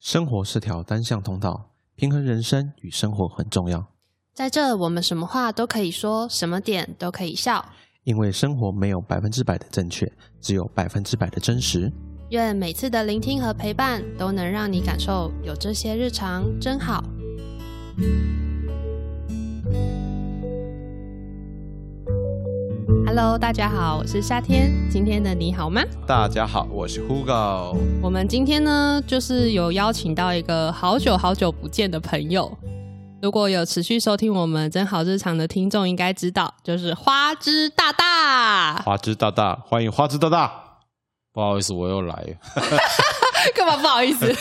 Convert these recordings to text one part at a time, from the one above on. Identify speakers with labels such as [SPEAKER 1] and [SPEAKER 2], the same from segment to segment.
[SPEAKER 1] 生活是条单向通道，平衡人生与生活很重要。
[SPEAKER 2] 在这，我们什么话都可以说，什么点都可以笑。
[SPEAKER 1] 因为生活没有百分之百的正确，只有百分之百的真实。
[SPEAKER 2] 愿每次的聆听和陪伴都能让你感受有这些日常真好。Hello，大家好，我是夏天。今天的你好吗？
[SPEAKER 3] 大家好，我是 Hugo。
[SPEAKER 2] 我们今天呢，就是有邀请到一个好久好久不见的朋友。如果有持续收听我们真好日常的听众，应该知道，就是花枝大大。
[SPEAKER 3] 花枝大大，欢迎花枝大大。不好意思，我又来了。
[SPEAKER 2] 干嘛不好意思？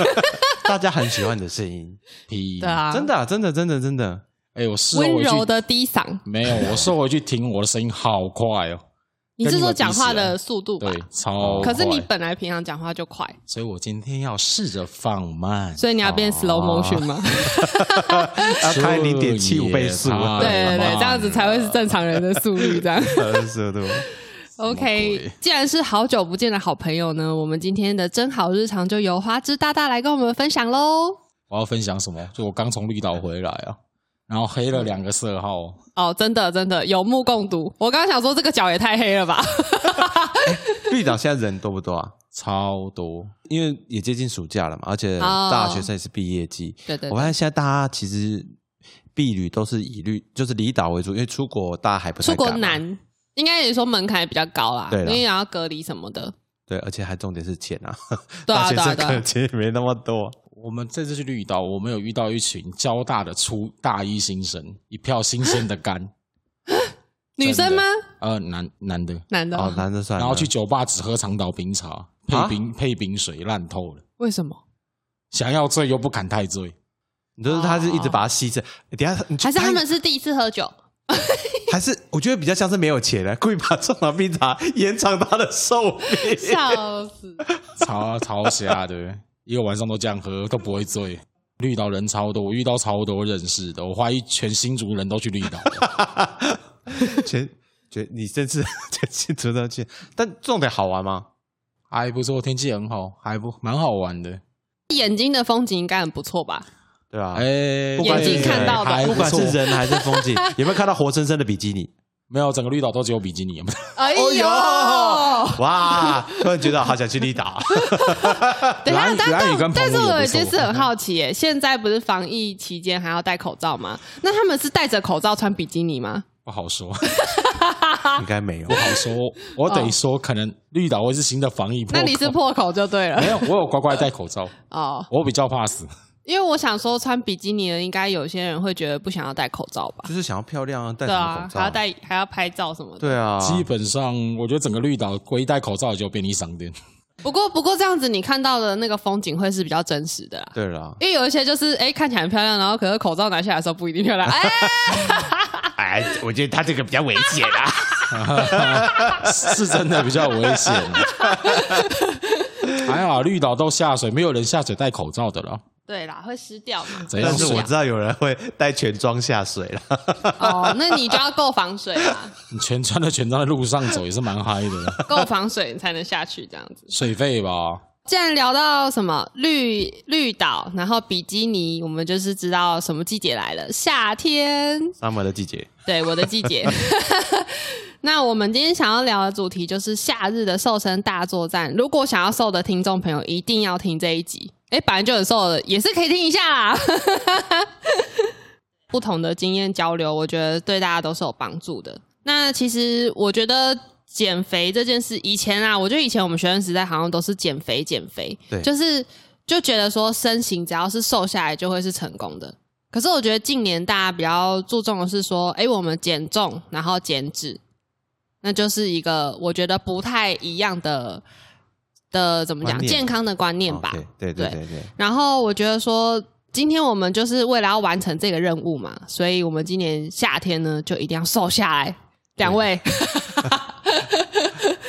[SPEAKER 1] 大家很喜欢你的声音，
[SPEAKER 3] 屁
[SPEAKER 2] 对！啊，
[SPEAKER 1] 真 的啊、真的，真的，真的。
[SPEAKER 3] 哎、我事后
[SPEAKER 2] 温
[SPEAKER 3] 回去
[SPEAKER 2] 柔的低嗓。
[SPEAKER 3] 没有，我事后回去听，我的声音好快哦。
[SPEAKER 2] 你是说讲话的速度吧
[SPEAKER 3] 对？，
[SPEAKER 1] 啊哦
[SPEAKER 3] 超快。
[SPEAKER 2] 可是你本来平常讲话就快，
[SPEAKER 3] 所以我今天要试着放慢。
[SPEAKER 2] 所以你要
[SPEAKER 1] 哦
[SPEAKER 2] 变 slow motion 吗？
[SPEAKER 1] 要开0.75倍速啊
[SPEAKER 3] 所 以
[SPEAKER 2] 对对对，这样子才会是正常人的速 率。这样
[SPEAKER 1] 二十度，
[SPEAKER 2] OK。既然是好久不见的好朋友呢，我们今天的真好日常就由花枝大大来跟我们分享喽。
[SPEAKER 3] 我要分享什么？就我刚从绿岛回来啊，然后黑了两个色号。
[SPEAKER 2] 哦，真的真的有目共睹。我刚刚想说这个脚也太黑 了吧？
[SPEAKER 1] 绿岛现在人多不多啊？
[SPEAKER 3] 超多，
[SPEAKER 1] 因为也接近暑假了嘛，而且
[SPEAKER 2] 哦
[SPEAKER 1] 大学生也是毕业季。
[SPEAKER 2] 对对
[SPEAKER 1] 我
[SPEAKER 2] 对
[SPEAKER 1] 发现现在大家其实避旅都是以绿，就是离岛为主，因为出国大家还不太
[SPEAKER 2] 出国
[SPEAKER 1] 敢嘛，
[SPEAKER 2] 难，应该也说门槛也比较高啦，
[SPEAKER 1] 对
[SPEAKER 2] 因
[SPEAKER 1] 啦
[SPEAKER 2] 为也要隔离什么的。
[SPEAKER 1] 对，而且还重点是钱啊，
[SPEAKER 2] 对
[SPEAKER 1] 大
[SPEAKER 2] 啊
[SPEAKER 1] 学
[SPEAKER 2] 对啊
[SPEAKER 1] 生
[SPEAKER 2] 对啊
[SPEAKER 1] 可能钱也没那么多。
[SPEAKER 3] 我们这次去绿岛，我们有遇到一群交大的初大一新生，一票新鲜 的肝，
[SPEAKER 2] 女生吗？
[SPEAKER 3] 呃，男男的，
[SPEAKER 2] 男的吗？啊
[SPEAKER 1] 哦，男的算了，
[SPEAKER 3] 然后去酒吧只喝长岛冰茶，配冰、配冰水，烂透了。
[SPEAKER 2] 为什么？
[SPEAKER 3] 想要醉又不敢太醉，
[SPEAKER 1] 你就是他是一直把它吸着，等一下你去
[SPEAKER 2] 哦还是他
[SPEAKER 1] 拍
[SPEAKER 2] 们是第一次 喝酒？
[SPEAKER 1] 还是我觉得比较像是没有钱了，故意把这场冰茶延长他的 寿命。
[SPEAKER 2] 笑死！
[SPEAKER 3] 超超瞎的，一个晚上都这样喝都不会醉。绿岛人超多，我遇到超多认识的，我怀疑全新竹人都去绿岛了。
[SPEAKER 1] 全全你这次 全新存上去，但重点好玩吗？
[SPEAKER 3] 还不错，天气很好，还不蛮好玩的。
[SPEAKER 2] 眼睛的风景应该很不错吧？
[SPEAKER 1] 对吧？
[SPEAKER 3] 哎、
[SPEAKER 1] 不管是
[SPEAKER 2] 眼睛看到的
[SPEAKER 3] 还
[SPEAKER 1] 不
[SPEAKER 3] 不
[SPEAKER 1] 管
[SPEAKER 3] 错
[SPEAKER 1] 是。人还是风景，有没有看到活生生的比基尼？
[SPEAKER 3] 没有，整个绿岛都只有比基尼，
[SPEAKER 2] 哎呦！
[SPEAKER 1] 哦哇！突然觉得好想去绿岛。啊
[SPEAKER 2] 等一下，
[SPEAKER 3] 蓝蓝雨
[SPEAKER 2] 但
[SPEAKER 3] 跟
[SPEAKER 2] 但但是
[SPEAKER 3] 澎湖也
[SPEAKER 2] 我
[SPEAKER 3] 不
[SPEAKER 2] 其
[SPEAKER 3] 错
[SPEAKER 2] 实很好奇耶，现在不是防疫期间还要戴口罩吗？那他们是戴着口罩穿比基尼吗？
[SPEAKER 3] 不好说，
[SPEAKER 1] 应该没 有
[SPEAKER 3] 不。好说。
[SPEAKER 1] 哦
[SPEAKER 3] 我得说，可能绿岛会是新的防疫破口。
[SPEAKER 2] 那你是破口就对了
[SPEAKER 3] 没有？我有乖乖戴口罩，
[SPEAKER 2] 哦，
[SPEAKER 3] 我比较怕死。
[SPEAKER 2] 因为我想说穿比基尼的，应该有些人会觉得不想要戴口罩吧？
[SPEAKER 1] 就是想要漂亮啊，戴
[SPEAKER 2] 对
[SPEAKER 1] 什么
[SPEAKER 2] 啊
[SPEAKER 1] 口，罩？
[SPEAKER 2] 还要。戴还要拍照什么的。
[SPEAKER 1] 对 啊，
[SPEAKER 3] 基本上，我觉得整个绿岛唯一戴口罩也就便利商店。
[SPEAKER 2] 不过不过这样子，你看到的那个风景会是比较真实的啦。
[SPEAKER 1] 对 啦。
[SPEAKER 2] 因为有一些就是哎、看起来很漂亮，然后可是口罩拿下来的时候不一定漂亮。哎、
[SPEAKER 1] 哎，我觉得他这个比较危险 啊。
[SPEAKER 3] 是真的比较危险。还好啊绿岛都下水，没有人下水戴口罩的了。
[SPEAKER 2] 对啦，会湿掉嘛。
[SPEAKER 3] 怎样
[SPEAKER 1] 但
[SPEAKER 3] 啊
[SPEAKER 1] 是我知道有人会带全装下水了。
[SPEAKER 2] 哦，那你就要够防水啦，
[SPEAKER 3] 你全穿着全装在路上走也是蛮嗨的，
[SPEAKER 2] 够防水你才能下去这样子。
[SPEAKER 3] 水费吧。
[SPEAKER 2] 既然聊到什么绿绿岛，然后比基尼，我们就是知道什么季节来了，夏天。
[SPEAKER 1] summer 的季节，
[SPEAKER 2] 对，我的季节。 那我们今天想要聊的主题就是夏日的瘦身大作战。如果想要瘦的听众朋友，一定要听这一集。哎，本来就很瘦的，也是可以听一下啊啦。不同的经验交流，我觉得对大家都是有帮助的。那其实我觉得减肥这件事，以前啊，我觉得以前我们学生时代好像都是减肥减肥，
[SPEAKER 1] 对
[SPEAKER 2] 就是就觉得说身形只要是瘦下来就会是成功的。可是我觉得近年大家比较注重的是说，哎、我们减重然后减脂，那就是一个我觉得不太一样的的怎么讲
[SPEAKER 1] 观念
[SPEAKER 2] 健康的观念吧。
[SPEAKER 1] 哦对对对对对，
[SPEAKER 2] 然后我觉得说，今天我们就是为了要完成这个任务嘛，所以我们今年夏天呢就一定要瘦下来。两位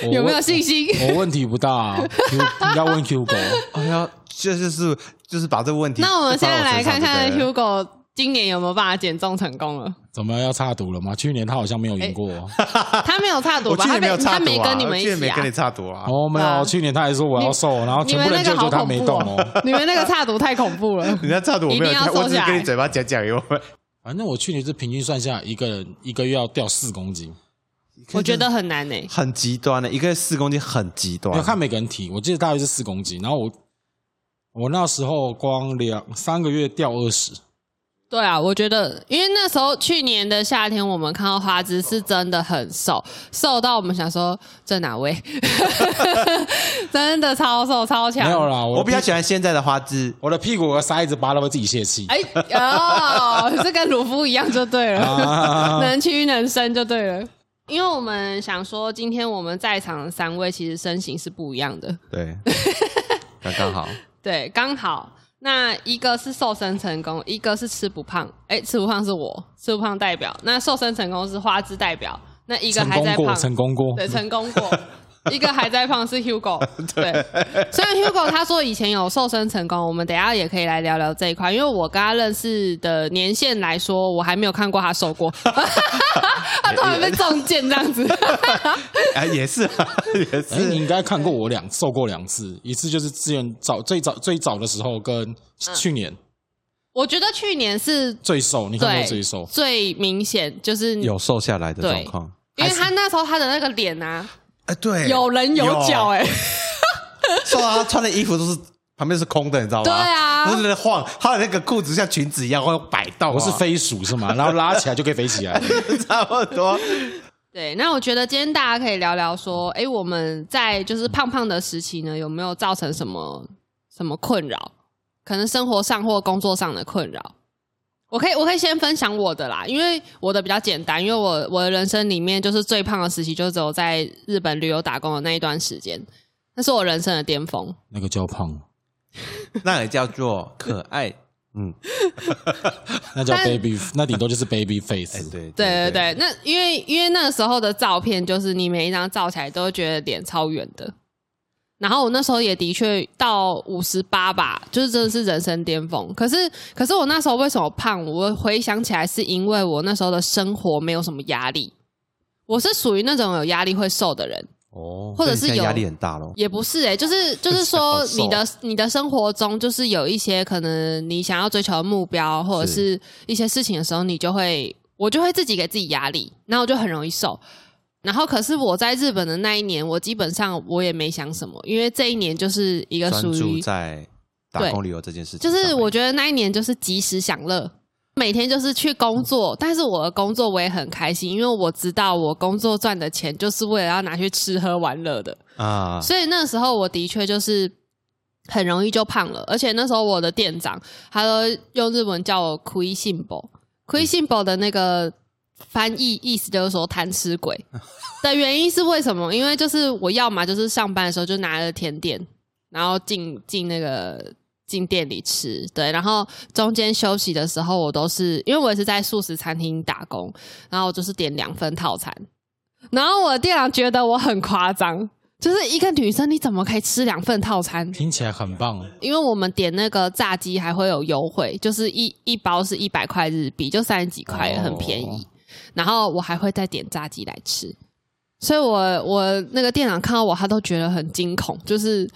[SPEAKER 3] 我
[SPEAKER 2] 有没有信心？
[SPEAKER 3] 我问题不大、啊、，Q 应该问 Q 狗。
[SPEAKER 1] 哎呀，这就是就是把这个问题。
[SPEAKER 2] 那我们现在来看看 Hugo 今年有没有办法减重成 功了？
[SPEAKER 3] 怎么要差赌了吗？去年他好像没有赢过哦，
[SPEAKER 2] 哎他没有差赌
[SPEAKER 1] 我
[SPEAKER 2] 吧？
[SPEAKER 1] 去
[SPEAKER 2] 他
[SPEAKER 1] 年没
[SPEAKER 2] 被
[SPEAKER 1] 有差
[SPEAKER 2] 他
[SPEAKER 1] 赌
[SPEAKER 2] 没
[SPEAKER 1] 啊，
[SPEAKER 2] 跟你
[SPEAKER 1] 我
[SPEAKER 2] 们一
[SPEAKER 1] 去年没
[SPEAKER 2] 起啊
[SPEAKER 1] 跟？你差赌啊。。
[SPEAKER 3] 哦没有，去年他还说我要瘦，然后
[SPEAKER 2] 你
[SPEAKER 3] 全
[SPEAKER 2] 们
[SPEAKER 3] 部
[SPEAKER 2] 那
[SPEAKER 3] 人就
[SPEAKER 2] 个好
[SPEAKER 3] 就他没
[SPEAKER 2] 恐怖
[SPEAKER 3] 动
[SPEAKER 2] 哦
[SPEAKER 3] 哦。！
[SPEAKER 2] 你们那个差赌太恐怖了
[SPEAKER 1] 人家差赌我没有
[SPEAKER 2] 一定要，
[SPEAKER 1] 我
[SPEAKER 2] 瘦
[SPEAKER 1] 只是
[SPEAKER 2] 下来
[SPEAKER 1] 跟你嘴巴讲讲而已。我
[SPEAKER 3] 反正我去年是平均算下，一个人一个月要掉四公斤，
[SPEAKER 2] 我觉得很难欸诶、
[SPEAKER 1] 很极端的，一个四公斤很极
[SPEAKER 3] 我
[SPEAKER 1] 端
[SPEAKER 3] 有。看每个人体，我记得大约是四公斤。然后我我那时候光两三个月掉二十，
[SPEAKER 2] 对啊，我觉得，因为那时候去年的夏天，我们看到花枝是真的很瘦，瘦到我们想说这哪位， 真的超瘦超强。
[SPEAKER 3] 没有啦，
[SPEAKER 1] 我
[SPEAKER 3] 我
[SPEAKER 1] 比较喜欢现在的花枝，
[SPEAKER 3] 我的屁股和塞子拔到会自己泄气。
[SPEAKER 2] 哎哦，这跟鲁夫一样就对了，
[SPEAKER 3] 啊
[SPEAKER 2] 能屈能伸就对了。因为我们想说，今天我们在场的三位其实身形是不一样的，
[SPEAKER 1] 对， 刚刚好。
[SPEAKER 2] 对，刚好。那一个是瘦身成功，一个是吃不胖。哎、吃不胖是我，吃不胖代表。那瘦身成功是花枝代表。那一个
[SPEAKER 3] 成
[SPEAKER 2] 还
[SPEAKER 3] 功
[SPEAKER 2] 在
[SPEAKER 3] 过，
[SPEAKER 2] 胖，
[SPEAKER 3] 成功过。
[SPEAKER 2] 对，成功 过。一个还在胖是 Hugo，对。虽然 Hugo 他说以前有瘦身成功，我们等一下也可以来聊聊这一块，因为我跟他认识的年限来说，我还没有看过他瘦 过。他突然被中箭这样子，哎
[SPEAKER 1] 啊，也是啊， 也
[SPEAKER 3] 哎，你
[SPEAKER 1] 是。
[SPEAKER 3] 应该看过我两瘦过两次，一次就是之前早最早最早的时候跟
[SPEAKER 2] 嗯
[SPEAKER 3] 去年
[SPEAKER 2] 我觉得去年是
[SPEAKER 3] 最瘦，你看
[SPEAKER 2] 对
[SPEAKER 3] 过最瘦？
[SPEAKER 2] 最明显，就是你
[SPEAKER 1] 有瘦下来的状
[SPEAKER 2] 对
[SPEAKER 1] 况。
[SPEAKER 2] 因为他那时候他的那个脸啊，
[SPEAKER 1] 哎，对，
[SPEAKER 2] 有棱有角、 哎，
[SPEAKER 1] 瘦到他穿的衣服都是旁边是空的，你知道吗？
[SPEAKER 2] 对啊
[SPEAKER 1] 都是在晃，他的那个裤子像裙子一样会摆动、哦
[SPEAKER 3] 我是，飞鼠是 吗？然后拉起来就可以飞起来。
[SPEAKER 1] 差不多。
[SPEAKER 2] 对，那我觉得今天大家可以聊聊说，哎、我们在就是胖胖的时期呢，有没有造成什么什么困扰？可能生活上或工作上的困扰。我可以，我可以先分享我的啦，因为我的比较简单，因为我我的人生里面就是最胖的时期，就只有在日本旅游打工的那一段时间，那是我人生的巅峰。
[SPEAKER 3] 那个叫 胖，
[SPEAKER 1] 那也叫做可爱。嗯，
[SPEAKER 3] 那叫
[SPEAKER 2] 但
[SPEAKER 3] baby，那顶多就是 baby
[SPEAKER 1] 哎
[SPEAKER 3] face，。
[SPEAKER 1] 对
[SPEAKER 2] 对对对，那因为因为那个时候的照片，就是你每一张照起来都会觉得脸超圆的。然后我那时候也的确到五十八吧，就是真的是人生巅峰。可是可是我那时候为什么胖？我回想起来是因为我那时候的生活没有什么压力，我是属于那种有压力会瘦的人。
[SPEAKER 1] 哦，
[SPEAKER 2] 或者是
[SPEAKER 1] 所以你现在
[SPEAKER 2] 有
[SPEAKER 1] 压力很大咯。
[SPEAKER 2] 也不是哎、就是就是说
[SPEAKER 1] 好，啊瘦
[SPEAKER 2] 你的你的生活中，就是有一些可能你想要追求的目标，或者
[SPEAKER 1] 是
[SPEAKER 2] 是一些事情的时候，你就会我就会自己给自己压力，然后我就很容易瘦。然后，可是我在日本的那一年，我基本上我也没想什么，因为这一年就是一个
[SPEAKER 1] 专
[SPEAKER 2] 属
[SPEAKER 1] 注
[SPEAKER 2] 于，
[SPEAKER 1] 在打工旅游这件事情
[SPEAKER 2] 就
[SPEAKER 1] 上面，
[SPEAKER 2] 是我觉得那一年就是及时享乐，每天就是去工作，但是我的工作我也很开心，因为我知道我工作赚的钱就是为了要拿去吃喝玩乐的。
[SPEAKER 1] 啊，
[SPEAKER 2] 所以那时候我的确就是很容易就胖了，而且那时候我的店长他都用日文叫我 k u i s i m b o k u i s i m b o 的那个翻译意思就是说贪吃鬼的原因是为什么？因为就是我要嘛就是上班的时候就拿着甜点，然后进进那个。进店里吃，对，然后中间休息的时候，我都是因为我也是在素食餐厅打工，然后我就是点两份套餐，然后我的店长觉得我很夸张，就是一个女生你怎么可以吃两份套餐？
[SPEAKER 3] 听起来很棒，
[SPEAKER 2] 因为我们点那个炸鸡还会有优惠，就是一一包是一百块日币，就三十几块，
[SPEAKER 3] 哦
[SPEAKER 2] 很便宜。然后我还会再点炸鸡来吃，所以我我那个店长看到我，他都觉得很惊恐，就是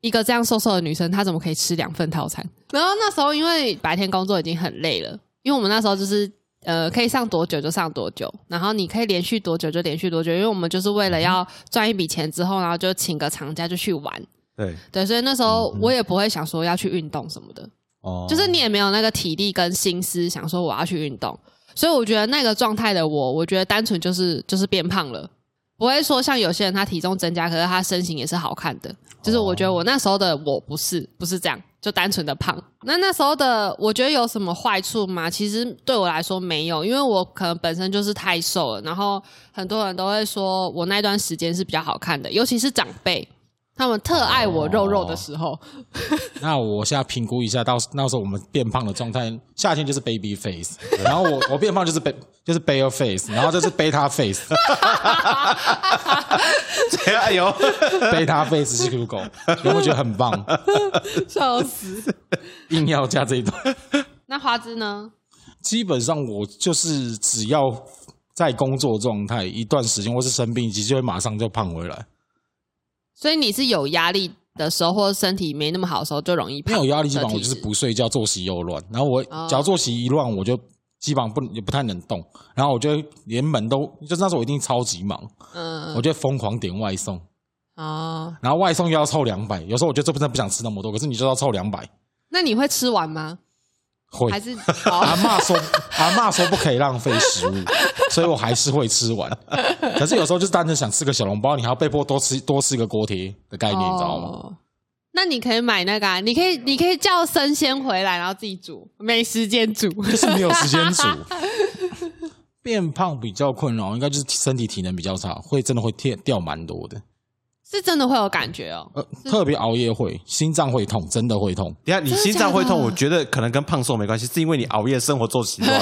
[SPEAKER 2] 一个这样瘦瘦的女生，她怎么可以吃两份套餐？然后那时候因为白天工作已经很累了，因为我们那时候就是。呃，可以上多久就上多久，然后你可以连续多久就连续多久，因为我们就是为了要赚一笔钱之后，然后就请个长假就去玩，
[SPEAKER 1] 对
[SPEAKER 2] 对，所以那时候我也不会想说要去运动什么的，
[SPEAKER 1] 哦，
[SPEAKER 2] 就是你也没有那个体力跟心思想说我要去运动，所以我觉得那个状态的我，我觉得单纯就是就是变胖了，不会说像有些人他体重增加，可是他身形也是好看的，就是我觉得我那时候的我不是不是这样，就单纯的胖。那那时候的我觉得有什么坏处吗？其实对我来说没有，因为我可能本身就是太瘦了，然后很多人都会说我那段时间是比较好看的，尤其是长辈。他们特爱我肉肉的时候，
[SPEAKER 3] 那我现在评估一下，到那时候我们变胖的状态，夏天就是 baby face，然后我我 变胖就是 b 就是 bear face，然后这是 beta face，beta
[SPEAKER 1] 对， 哎 呦，
[SPEAKER 3] face 是 Hugo，有没有觉得很棒？
[SPEAKER 2] 笑死！
[SPEAKER 3] 硬要加这一段，
[SPEAKER 2] 那花枝呢？
[SPEAKER 3] 基本上我就是只要在工作状态一段时间，或是生病，其实就会马上就胖回来。
[SPEAKER 2] 所以你是有压力的时候，或者身体没那么好的时候，就容易
[SPEAKER 3] 没
[SPEAKER 2] 胖。
[SPEAKER 3] 有压力，基 本上我
[SPEAKER 2] 的体
[SPEAKER 3] 就是
[SPEAKER 2] 质
[SPEAKER 3] 不睡觉，作息又乱。然后我
[SPEAKER 2] 哦
[SPEAKER 3] 只要作息一乱，我就基本上不也不太能动。然后我就连门都，就是那时候我一定超级忙，
[SPEAKER 2] 嗯
[SPEAKER 3] 我就疯狂点外送，
[SPEAKER 2] 哦。
[SPEAKER 3] 然后外送又要凑两百。有时候我就真的不想吃那么多，可是你就要凑两百。
[SPEAKER 2] 那你会吃完吗？
[SPEAKER 3] 会
[SPEAKER 2] 还是
[SPEAKER 3] 阿
[SPEAKER 2] 哦？
[SPEAKER 3] 嬷说， 阿嬷说不可以浪费食物，所以我还是会吃完。可是有时候就是单纯想吃个小笼包，你还要被迫多吃多吃一个锅贴的概念，你知道吗？
[SPEAKER 2] 哦那你可以买那个、啊，你可以你可以叫生鲜回来，然后自己煮，没时间煮。
[SPEAKER 3] 就是没有时间煮。变胖比较困扰，应该就是身体体能比较差，会真的会掉掉蛮多的。
[SPEAKER 2] 是真的会有感觉哦。
[SPEAKER 3] 呃，特别熬夜会，心脏会痛，真的会 痛。
[SPEAKER 1] 等一下你
[SPEAKER 2] 真的
[SPEAKER 1] 心脏会
[SPEAKER 2] 假的
[SPEAKER 1] 痛，我觉得可能跟胖瘦没关系，是因为你熬夜生活作息 乱。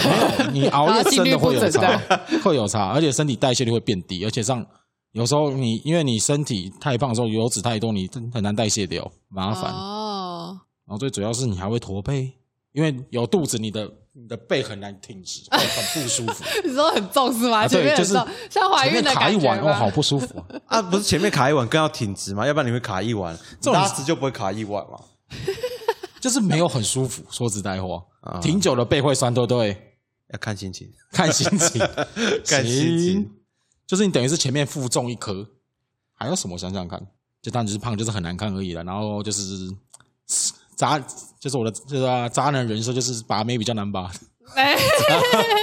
[SPEAKER 3] 你熬夜真的会有
[SPEAKER 2] 然
[SPEAKER 3] 差
[SPEAKER 2] 后，
[SPEAKER 3] 会有差，而且身体代谢率会变低，而且上有时候你因为你身体太胖的时候，油脂太多，你很难代谢掉， 麻烦。
[SPEAKER 2] 哦，
[SPEAKER 3] 然后最主要是你还会驼背，因为有肚子，你的你的背很难挺直，会很不舒服。
[SPEAKER 2] 你说很重是吗？
[SPEAKER 3] 啊
[SPEAKER 2] 前
[SPEAKER 3] 对
[SPEAKER 2] 面很
[SPEAKER 3] 就是
[SPEAKER 2] 重，像 怀
[SPEAKER 3] 前
[SPEAKER 2] 孕
[SPEAKER 3] 面
[SPEAKER 2] 的
[SPEAKER 3] 卡一
[SPEAKER 2] 感觉
[SPEAKER 3] 碗，哦，
[SPEAKER 2] 吗
[SPEAKER 3] 好不舒服啊、
[SPEAKER 1] 啊，不是前面卡一碗更要挺直吗？要不然你会卡一碗，
[SPEAKER 3] 种
[SPEAKER 1] 拉直就不会卡一碗嘛。
[SPEAKER 3] 就是没有很舒服。说实在话，
[SPEAKER 1] 啊
[SPEAKER 3] 挺久了背会酸，对不对？
[SPEAKER 1] 要看心情，
[SPEAKER 3] 看心情，
[SPEAKER 1] 看心情。
[SPEAKER 3] 就是你等于是前面负重一颗，还有什么想想看？就当然就是胖，就是很难看而已了。然后就是渣，就是我的就是、啊、渣男人设，就是把妹比较难把。
[SPEAKER 2] 哎，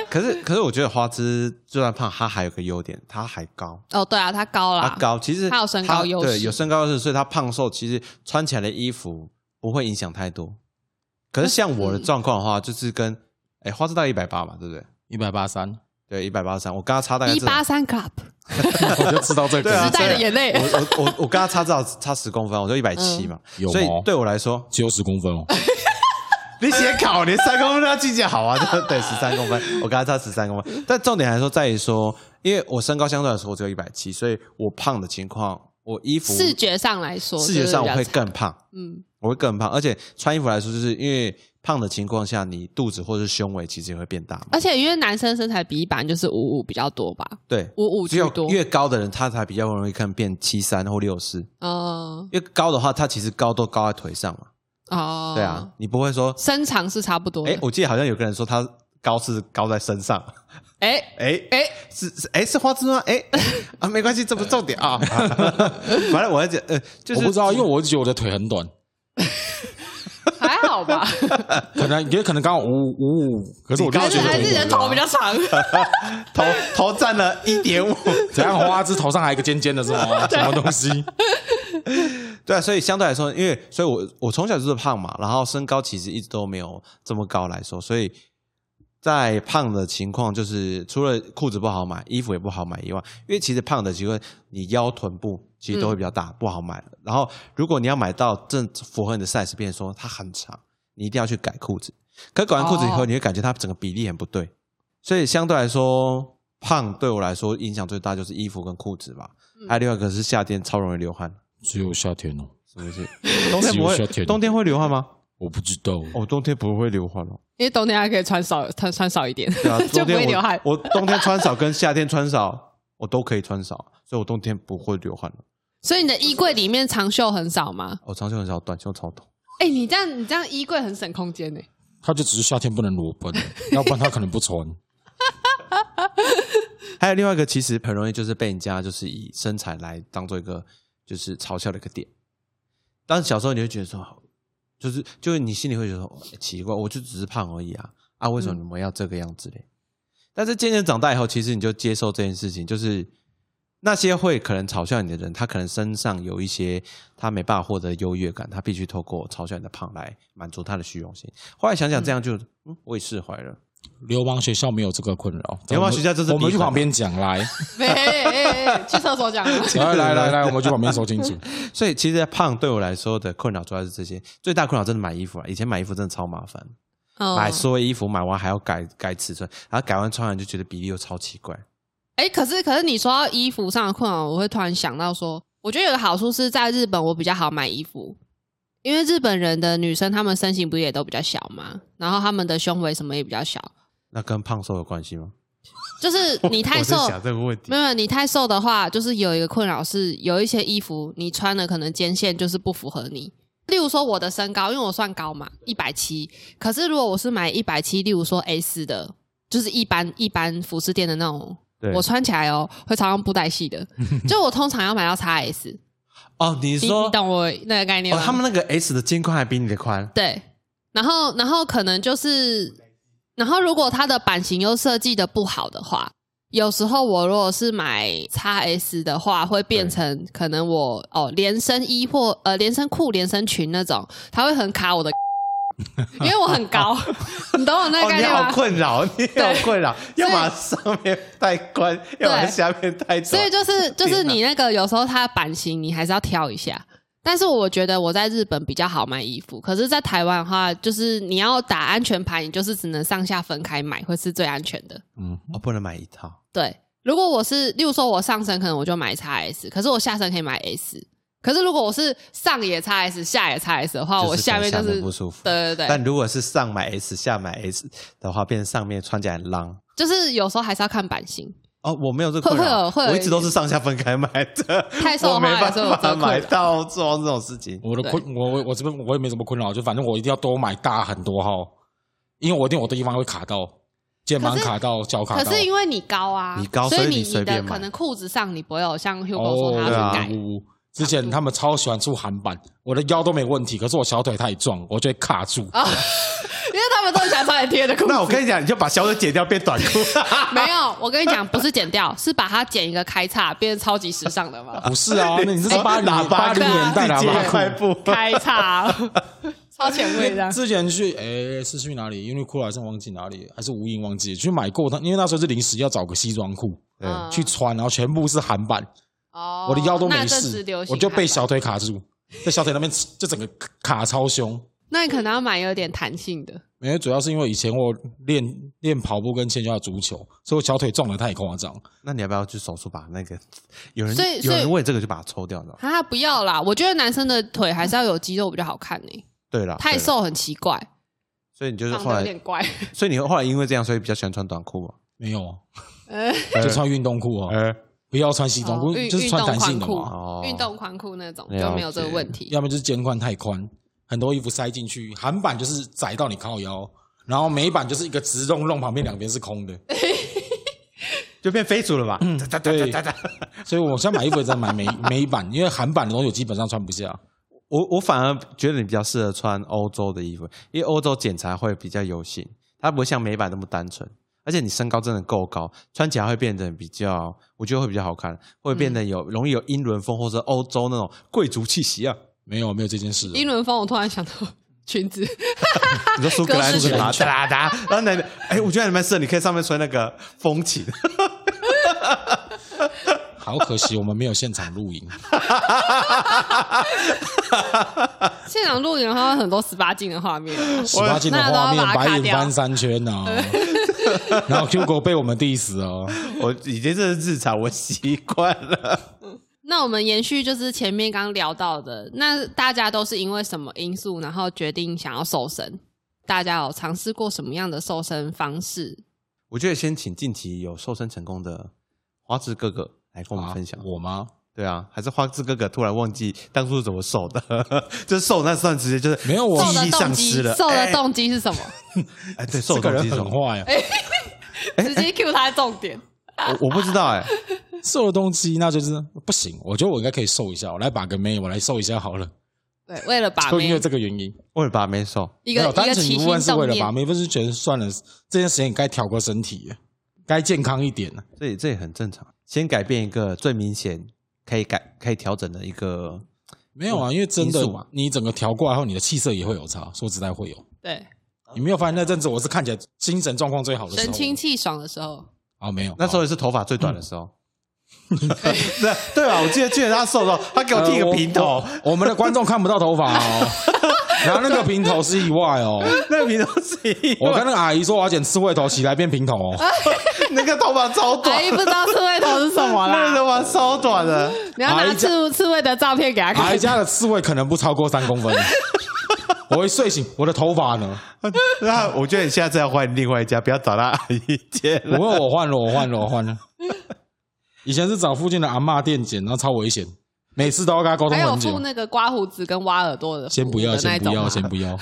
[SPEAKER 1] 可是可是我觉得花枝就算胖，她还有个优点，她还高。
[SPEAKER 2] 哦，对啊，他高啦，
[SPEAKER 1] 她高，其实
[SPEAKER 2] 她有身高优势
[SPEAKER 1] 对，有身高优势，所以她胖瘦其实穿起来的衣服不会影响太多。可是像我的状况的话，就是跟哎花枝到一百八嘛，对不对？
[SPEAKER 3] 一百八三，
[SPEAKER 1] 对，一百八三，我跟她差大概
[SPEAKER 2] 一
[SPEAKER 1] 至少
[SPEAKER 2] 八三 club
[SPEAKER 3] 我就知道这个。
[SPEAKER 1] 对啊
[SPEAKER 2] 时代的眼泪，
[SPEAKER 1] 我我我我跟她差至少差十公分，我就一百七嘛，
[SPEAKER 2] 嗯
[SPEAKER 3] 有
[SPEAKER 1] 所以
[SPEAKER 3] 哦
[SPEAKER 1] 对我来说，
[SPEAKER 3] 九十公 分哦，
[SPEAKER 1] 你写考，连三公分都要计较好啊！ 对对，十三公分，我跟他差十三公分。但重点来说在于说，因为我身高相对来说我只有一百七，所以我胖的情况，我衣服
[SPEAKER 2] 视觉上来说，
[SPEAKER 1] 视觉上我
[SPEAKER 2] 就是
[SPEAKER 1] 会
[SPEAKER 2] 比较
[SPEAKER 1] 更胖，
[SPEAKER 2] 嗯，
[SPEAKER 1] 我会更胖，而且穿衣服来说，就是因为胖的情况下，你肚子或者是胸围其实也会变大嘛。
[SPEAKER 2] 而且因为男生身材比版就是五五比较多吧，
[SPEAKER 1] 对，
[SPEAKER 2] 五五
[SPEAKER 1] 只
[SPEAKER 2] 居
[SPEAKER 1] 有
[SPEAKER 2] 多，
[SPEAKER 1] 越高的人，他才比较容易看变七三或六四。
[SPEAKER 2] 嗯
[SPEAKER 1] 越高的话，他其实高都高在腿上嘛。
[SPEAKER 2] 哦，
[SPEAKER 1] 对啊，，你不会说，
[SPEAKER 2] 身长是差不多的，
[SPEAKER 1] 哎，我记得好像有个人说他高是高在身上，
[SPEAKER 2] 哎
[SPEAKER 1] 哎。
[SPEAKER 2] 哎，
[SPEAKER 1] 是是哎是花枝吗？哎啊没关系，这不重点啊。 反正我要讲呃，就是
[SPEAKER 3] 我不知道，因为我觉得我的腿很短，
[SPEAKER 2] 还 好吧，
[SPEAKER 3] 可能也可能刚好五五五，可是我
[SPEAKER 1] 你
[SPEAKER 3] 就
[SPEAKER 2] 还
[SPEAKER 1] 高
[SPEAKER 3] 觉
[SPEAKER 2] 是
[SPEAKER 1] 觉得
[SPEAKER 3] 得
[SPEAKER 2] 还
[SPEAKER 3] 腿
[SPEAKER 2] 是你的
[SPEAKER 3] 很短
[SPEAKER 1] 啊
[SPEAKER 2] 头比较长，
[SPEAKER 1] 头头占了一点五，
[SPEAKER 3] 怎样花枝头上还有一个尖尖的是 吗？什么东西？
[SPEAKER 1] 对啊，所以相对来说，因为所以我我从小就是胖嘛，然后身高其实一直都没有这么高来说，所以在胖的情况就是除了裤子不好买，衣服也不好买以外，因为其实胖的情况，你腰臀部其实都会比较大，不好买。然后如果你要买到正符合你的 size，变成说它很长，你一定要去改裤子。可改完裤子以后，
[SPEAKER 2] 哦
[SPEAKER 1] 你会感觉它整个比例很不对，所以相对来说，胖对我来说影响最大就是衣服跟裤子吧。还有另外一个是夏天超容易流汗。
[SPEAKER 3] 只有夏天哦，
[SPEAKER 1] 什么意思？ 冬
[SPEAKER 3] 天
[SPEAKER 1] 天不
[SPEAKER 3] 不会
[SPEAKER 1] 会，冬天会流汗吗？
[SPEAKER 3] 我不知道。
[SPEAKER 1] 哦，冬天不会流汗 哦。
[SPEAKER 2] 因为冬天还可以穿少穿穿少一点，，
[SPEAKER 1] 对啊
[SPEAKER 2] 就
[SPEAKER 1] 冬
[SPEAKER 2] 不
[SPEAKER 1] 天
[SPEAKER 2] 会
[SPEAKER 1] 我
[SPEAKER 2] 流汗。
[SPEAKER 1] 我冬天穿少跟夏天穿少，我都可以穿少，所以我冬天不会流汗了。
[SPEAKER 2] 所以你的衣柜里面长袖很少吗？
[SPEAKER 1] 我长袖很少，短袖超短。
[SPEAKER 2] 哎，你这样你这样衣柜很省空间 呢。
[SPEAKER 3] 他就只是夏天不能裸奔，要不然他可能不穿。
[SPEAKER 1] 还有另外一个，其实很容易就是被人家就是以身材来当做一个就是嘲笑的一个点。当时小时候你会觉得说，就是就是你心里会觉得说、哦奇怪，我就只是胖而已啊啊，为什么你们要这个样子嘞？但是渐渐长大以后，其实你就接受这件事情，就是那些会可能嘲笑你的人，他可能身上有一些他没办法获得的优越感，他必须透过嘲笑你的胖来满足他的虚荣心。后来想想，这样就嗯我也释怀了。
[SPEAKER 3] 流氓学校没有这个困扰，
[SPEAKER 1] 流氓学校这是
[SPEAKER 3] 我们
[SPEAKER 1] 必
[SPEAKER 3] 去
[SPEAKER 1] 然的
[SPEAKER 3] 旁边讲来，
[SPEAKER 2] 哎哎哎，去厕所讲。
[SPEAKER 3] 来来来来，我们去旁边说 清楚。
[SPEAKER 1] 所以其实胖对我来说的困扰主要是这些，最大困扰真的买衣服了。以前买衣服真的超麻烦，
[SPEAKER 2] 哦
[SPEAKER 1] 买所有衣服买完还要改改尺寸，然后改完穿完就觉得比例又超奇怪。
[SPEAKER 2] 哎、可是可是你说到衣服上的困扰，我会突然想到说，我觉得有个好处是在日本我比较好买衣服，因为日本人的女生她们身形不是也都比较小嘛，然后她们的胸围什么也比较小，
[SPEAKER 1] 那跟胖瘦有关系吗？
[SPEAKER 2] 就是你 太
[SPEAKER 1] 我在
[SPEAKER 2] 瘦，
[SPEAKER 1] 想这个问题
[SPEAKER 2] 没，有没有你太瘦的话，就是有一个困扰是，有一些衣服你穿了可能肩线就是不符合你。例如说我的身高，因为我算高嘛，一百七。可是如果我是买一百七，例如说 S 的，就是一般一般服饰店的那种，
[SPEAKER 1] 对
[SPEAKER 2] 我穿起来哦会常常布袋戏 的。就我通常要买到 XS，
[SPEAKER 1] 哦，你
[SPEAKER 2] 你
[SPEAKER 1] 说
[SPEAKER 2] 你懂我那个概念
[SPEAKER 1] 哦
[SPEAKER 2] 吗？，
[SPEAKER 1] 他们那个 S 的肩宽还比你的宽，
[SPEAKER 2] 对，然后然后可能就是，然后如果它的版型又设计的不好的话，有时候我如果是买 x S 的话，会变成可能我哦连身衣或呃连身裤、连身裙那种，它会很卡我的， 因为我很 高，你懂我那个
[SPEAKER 1] 哦，
[SPEAKER 2] 概
[SPEAKER 1] 你
[SPEAKER 2] 念
[SPEAKER 1] 好
[SPEAKER 2] 吗？
[SPEAKER 1] 困 扰，你好困扰，
[SPEAKER 2] 所
[SPEAKER 1] 要
[SPEAKER 2] 以
[SPEAKER 1] 么上面太宽，要么下面太短，
[SPEAKER 2] 所 以就是就是
[SPEAKER 1] 啊天哪
[SPEAKER 2] 你那个有时候它的版型你还是要挑一下。但是我觉得我在日本比较好买衣服，可是，在台湾的话，就是你要打安全牌，你就是只能上下分开买，会是最安全的。
[SPEAKER 3] 嗯，
[SPEAKER 1] 哦不能买一套，
[SPEAKER 2] 对，如果我是，例如说我上身可能我就买 XS，可是我下身可以买 S。可是如果我是上也 XS，下也 XS 的话，
[SPEAKER 1] 就是
[SPEAKER 2] 哦我下面就
[SPEAKER 1] 下
[SPEAKER 2] 是
[SPEAKER 1] 面不舒服
[SPEAKER 2] 对对对，
[SPEAKER 1] 但如果是上买 S 下买 S 的话，变成上面穿起来很浪。
[SPEAKER 2] 就是有时候还是要看版型。
[SPEAKER 1] 哦，我没有这个困
[SPEAKER 2] 会会有
[SPEAKER 1] 扰，
[SPEAKER 2] 会有
[SPEAKER 1] 我一直都是上下分开买的，
[SPEAKER 2] 太瘦的话
[SPEAKER 1] 我没办
[SPEAKER 2] 也是有这个
[SPEAKER 1] 法
[SPEAKER 2] 困扰
[SPEAKER 1] 买到装这种事情。
[SPEAKER 3] 我的困，我我我这边我也没什么困扰，就反正我一定要多买大很多号，因为我一定有的地方会卡到，肩膀
[SPEAKER 2] 可是
[SPEAKER 3] 卡到，脚卡
[SPEAKER 2] 可
[SPEAKER 3] 到。
[SPEAKER 2] 是因为你高啊，
[SPEAKER 1] 你高
[SPEAKER 2] 所
[SPEAKER 1] 所以
[SPEAKER 2] 你
[SPEAKER 1] 你随
[SPEAKER 2] 你的
[SPEAKER 1] 便买
[SPEAKER 2] 可能裤子上你不会有像 Hugo
[SPEAKER 3] 哦
[SPEAKER 2] 说，他
[SPEAKER 1] 对
[SPEAKER 2] 要
[SPEAKER 1] 啊
[SPEAKER 2] 去改，
[SPEAKER 3] 呜呜之前他们超喜欢出韩版，我的腰都没问题，可是我小腿太壮，我就会 卡住。
[SPEAKER 2] 啊，因为他们都很喜欢穿你贴的裤子。
[SPEAKER 1] 那我跟你讲，你就把小腿剪掉变短裤。
[SPEAKER 2] 没有，我跟你讲，不是剪掉，是把它剪一个开叉，变成超级时尚的 嘛。
[SPEAKER 3] 不 是啊，那你这是八零
[SPEAKER 1] 哎喇
[SPEAKER 3] 八
[SPEAKER 1] 叭
[SPEAKER 3] 零
[SPEAKER 2] 裤
[SPEAKER 3] 年代
[SPEAKER 1] 自己
[SPEAKER 3] 喇
[SPEAKER 1] 剪块
[SPEAKER 3] 叭
[SPEAKER 1] 布，
[SPEAKER 2] 开叉，超前卫这样
[SPEAKER 3] 裤。。之前去诶是去哪里？Uniqlo 还是忘记哪里？还是无印忘记去买过它，因为那时候是临时要找个西装裤
[SPEAKER 1] 对
[SPEAKER 2] 嗯
[SPEAKER 3] 去穿，然后全部是韩版，
[SPEAKER 2] 哦，
[SPEAKER 3] 我的腰都没
[SPEAKER 2] 那阵子
[SPEAKER 3] 事
[SPEAKER 2] 流，行
[SPEAKER 3] 我就被小
[SPEAKER 2] 韩版。
[SPEAKER 3] 腿卡住，在小腿那边就整个卡超凶。
[SPEAKER 2] 那你可能要买有点弹性的，
[SPEAKER 3] 因为主要是因为以前我练练跑步跟铅球还有足球，所以我小腿撞得太夸张。
[SPEAKER 1] 那你要不要去手术把那个？有人
[SPEAKER 2] 所以
[SPEAKER 1] 有
[SPEAKER 2] 所以
[SPEAKER 1] 人为这个就把它抽掉了。
[SPEAKER 2] 啊，不要啦！我觉得男生的腿还是要有肌肉比较好看呢、欸
[SPEAKER 1] 对
[SPEAKER 3] 啊
[SPEAKER 1] 了，
[SPEAKER 2] 太
[SPEAKER 1] 对啦，
[SPEAKER 2] 瘦很奇怪，
[SPEAKER 1] 所以你就是
[SPEAKER 2] 胖
[SPEAKER 1] 后
[SPEAKER 2] 的有
[SPEAKER 1] 来
[SPEAKER 2] 点，怪。
[SPEAKER 1] 所以你后来因为这样，所以比较喜欢穿短裤嘛。
[SPEAKER 3] 没有啊，
[SPEAKER 2] 呃
[SPEAKER 1] 哎
[SPEAKER 3] 就穿运动裤哦，
[SPEAKER 1] 呃，
[SPEAKER 3] 不要穿西装裤，
[SPEAKER 2] 哦运
[SPEAKER 3] 就是穿弹性的
[SPEAKER 2] 运动
[SPEAKER 3] 嘛
[SPEAKER 2] 宽。
[SPEAKER 1] 哦
[SPEAKER 2] 裤，运动宽裤那种
[SPEAKER 1] 了
[SPEAKER 2] 就没有这个
[SPEAKER 1] 解
[SPEAKER 2] 问题。
[SPEAKER 3] 要么就是肩宽太宽，很多衣服塞进去，韩版就是窄到你靠腰，然后美版就是一个直弄弄，旁边两边是空的。
[SPEAKER 1] 就变飞鼠了吧？嗯，哒哒
[SPEAKER 3] 对
[SPEAKER 1] 哒哒哒。
[SPEAKER 3] 所以我现在买衣服也在买美美版，因为韩版的东西我基本上穿不下。
[SPEAKER 1] 我我反而觉得你比较适合穿欧洲的衣服，因为欧洲剪裁会比较有型，它不会像美版那么单纯。而且你身高真的够高，穿起来会变得比较，我觉得会比较好看，会变得有、容易有英伦风或者欧洲那种贵族气息 啊。
[SPEAKER 3] 没有没有这件事、
[SPEAKER 2] 英伦风，我突然想到裙子，
[SPEAKER 1] 你说苏格兰
[SPEAKER 2] 格式
[SPEAKER 1] 裙嘛，
[SPEAKER 3] 裙
[SPEAKER 1] 啊哒啦哒，然后那哎，我觉得还蛮适合，你可以上面穿那个风琴，
[SPEAKER 3] 好可惜我们没有现场 录影。
[SPEAKER 2] 现场录影的话，很多十八禁的画面。啊
[SPEAKER 3] 十八禁的画面，
[SPEAKER 2] 那都要把它
[SPEAKER 3] 白
[SPEAKER 2] 卡
[SPEAKER 3] 眼
[SPEAKER 2] 掉
[SPEAKER 3] 翻三圈呐、 然后 Q 狗被我们 diss 哦，
[SPEAKER 1] 我已经这是日常，我习惯了。
[SPEAKER 2] 那我们延续就是前面刚聊到的，那大家都是因为什么因素，然后决定想要瘦身？大家有尝试过什么样的瘦身方式？
[SPEAKER 1] 我觉得先请近期有瘦身成功的花枝哥哥来跟我们分享。
[SPEAKER 3] 啊我吗？
[SPEAKER 1] 对啊，还是花枝哥哥突然忘记当初是怎么瘦的， 就是瘦那段时间就是
[SPEAKER 3] 没有我
[SPEAKER 2] 瘦
[SPEAKER 1] 记
[SPEAKER 2] 的
[SPEAKER 1] 忆
[SPEAKER 2] 动
[SPEAKER 1] 丧
[SPEAKER 2] 机
[SPEAKER 1] 失了，，
[SPEAKER 2] 瘦的
[SPEAKER 1] 哎
[SPEAKER 2] 动机是什么？
[SPEAKER 1] 哎，对，瘦
[SPEAKER 3] 这
[SPEAKER 1] 的
[SPEAKER 3] 个
[SPEAKER 1] 动
[SPEAKER 3] 人
[SPEAKER 1] 机是什
[SPEAKER 3] 很
[SPEAKER 1] 么？
[SPEAKER 3] 坏啊，
[SPEAKER 2] 直
[SPEAKER 3] 哎
[SPEAKER 2] 接 Q 他的重点。
[SPEAKER 1] 我我不知道哎，
[SPEAKER 3] 瘦的东西那就是不行。我觉得我应该可以瘦一下，我来把个妹，我来瘦一下好了，
[SPEAKER 2] 对，为了把
[SPEAKER 3] 就因
[SPEAKER 2] 妹
[SPEAKER 3] 为这个原因。
[SPEAKER 1] 为了把没瘦，
[SPEAKER 2] 一
[SPEAKER 3] 没
[SPEAKER 2] 个
[SPEAKER 3] 有，
[SPEAKER 2] 一
[SPEAKER 3] 单
[SPEAKER 2] 个
[SPEAKER 3] 纯
[SPEAKER 2] 起
[SPEAKER 3] 一
[SPEAKER 2] 心
[SPEAKER 3] 问是
[SPEAKER 2] 动
[SPEAKER 3] 为了把
[SPEAKER 2] 念，
[SPEAKER 3] 妹，不是觉得算了，这件时间你该调过身体了，该健康一点啊了。
[SPEAKER 1] 这也这也很正常。先改变一个最明显可以改可以调整的一个，
[SPEAKER 3] 没有啊，因为真
[SPEAKER 1] 因素
[SPEAKER 3] 的
[SPEAKER 1] 啊，
[SPEAKER 3] 你整个调过来后，你的气色也会有差，说实在会有。
[SPEAKER 2] 对，
[SPEAKER 3] 你没有发现那阵子我是看起来精神状况最好的时候？
[SPEAKER 2] 神清气爽的时候，
[SPEAKER 3] 啊，没有，
[SPEAKER 1] 那时候也是头发最短的时候。
[SPEAKER 2] 嗯
[SPEAKER 1] 对对吧？我记得记得他瘦的时候，他给我剃一个平头，
[SPEAKER 3] 呃我我我们的观众看不到头发哦，然后那个平头是意外哦。
[SPEAKER 1] 那个平头是一
[SPEAKER 3] 我跟那个阿姨说我要剪刺猬头，起来变平头哦。
[SPEAKER 1] 那个头发超
[SPEAKER 2] 阿
[SPEAKER 1] 短，
[SPEAKER 2] 哎姨不知道刺猬头是什么
[SPEAKER 1] 那个
[SPEAKER 2] 啦。
[SPEAKER 1] 头发超短的。
[SPEAKER 2] 你要
[SPEAKER 3] 阿
[SPEAKER 2] 拿
[SPEAKER 3] 姨家
[SPEAKER 2] 刺刺猬的照片给他
[SPEAKER 3] 阿
[SPEAKER 2] 看
[SPEAKER 3] 姨。家的刺猬可能不超过三公分，我会睡醒，我的头发呢？
[SPEAKER 1] 那我觉得你下次要换另外一家，不要找他阿姨剪
[SPEAKER 3] 我
[SPEAKER 1] 了。
[SPEAKER 3] 问我换了，我换了，我换了。以前是找附近的阿嬷店剪，然后超危险，每次都要跟他沟通
[SPEAKER 2] 还有
[SPEAKER 3] 很
[SPEAKER 2] 付
[SPEAKER 3] 久。
[SPEAKER 2] 那个刮胡子跟挖耳朵的，
[SPEAKER 3] 先不要，
[SPEAKER 2] 那
[SPEAKER 3] 先
[SPEAKER 2] 一
[SPEAKER 3] 不
[SPEAKER 2] 种啊
[SPEAKER 3] 要，
[SPEAKER 2] 吗
[SPEAKER 3] 先不要。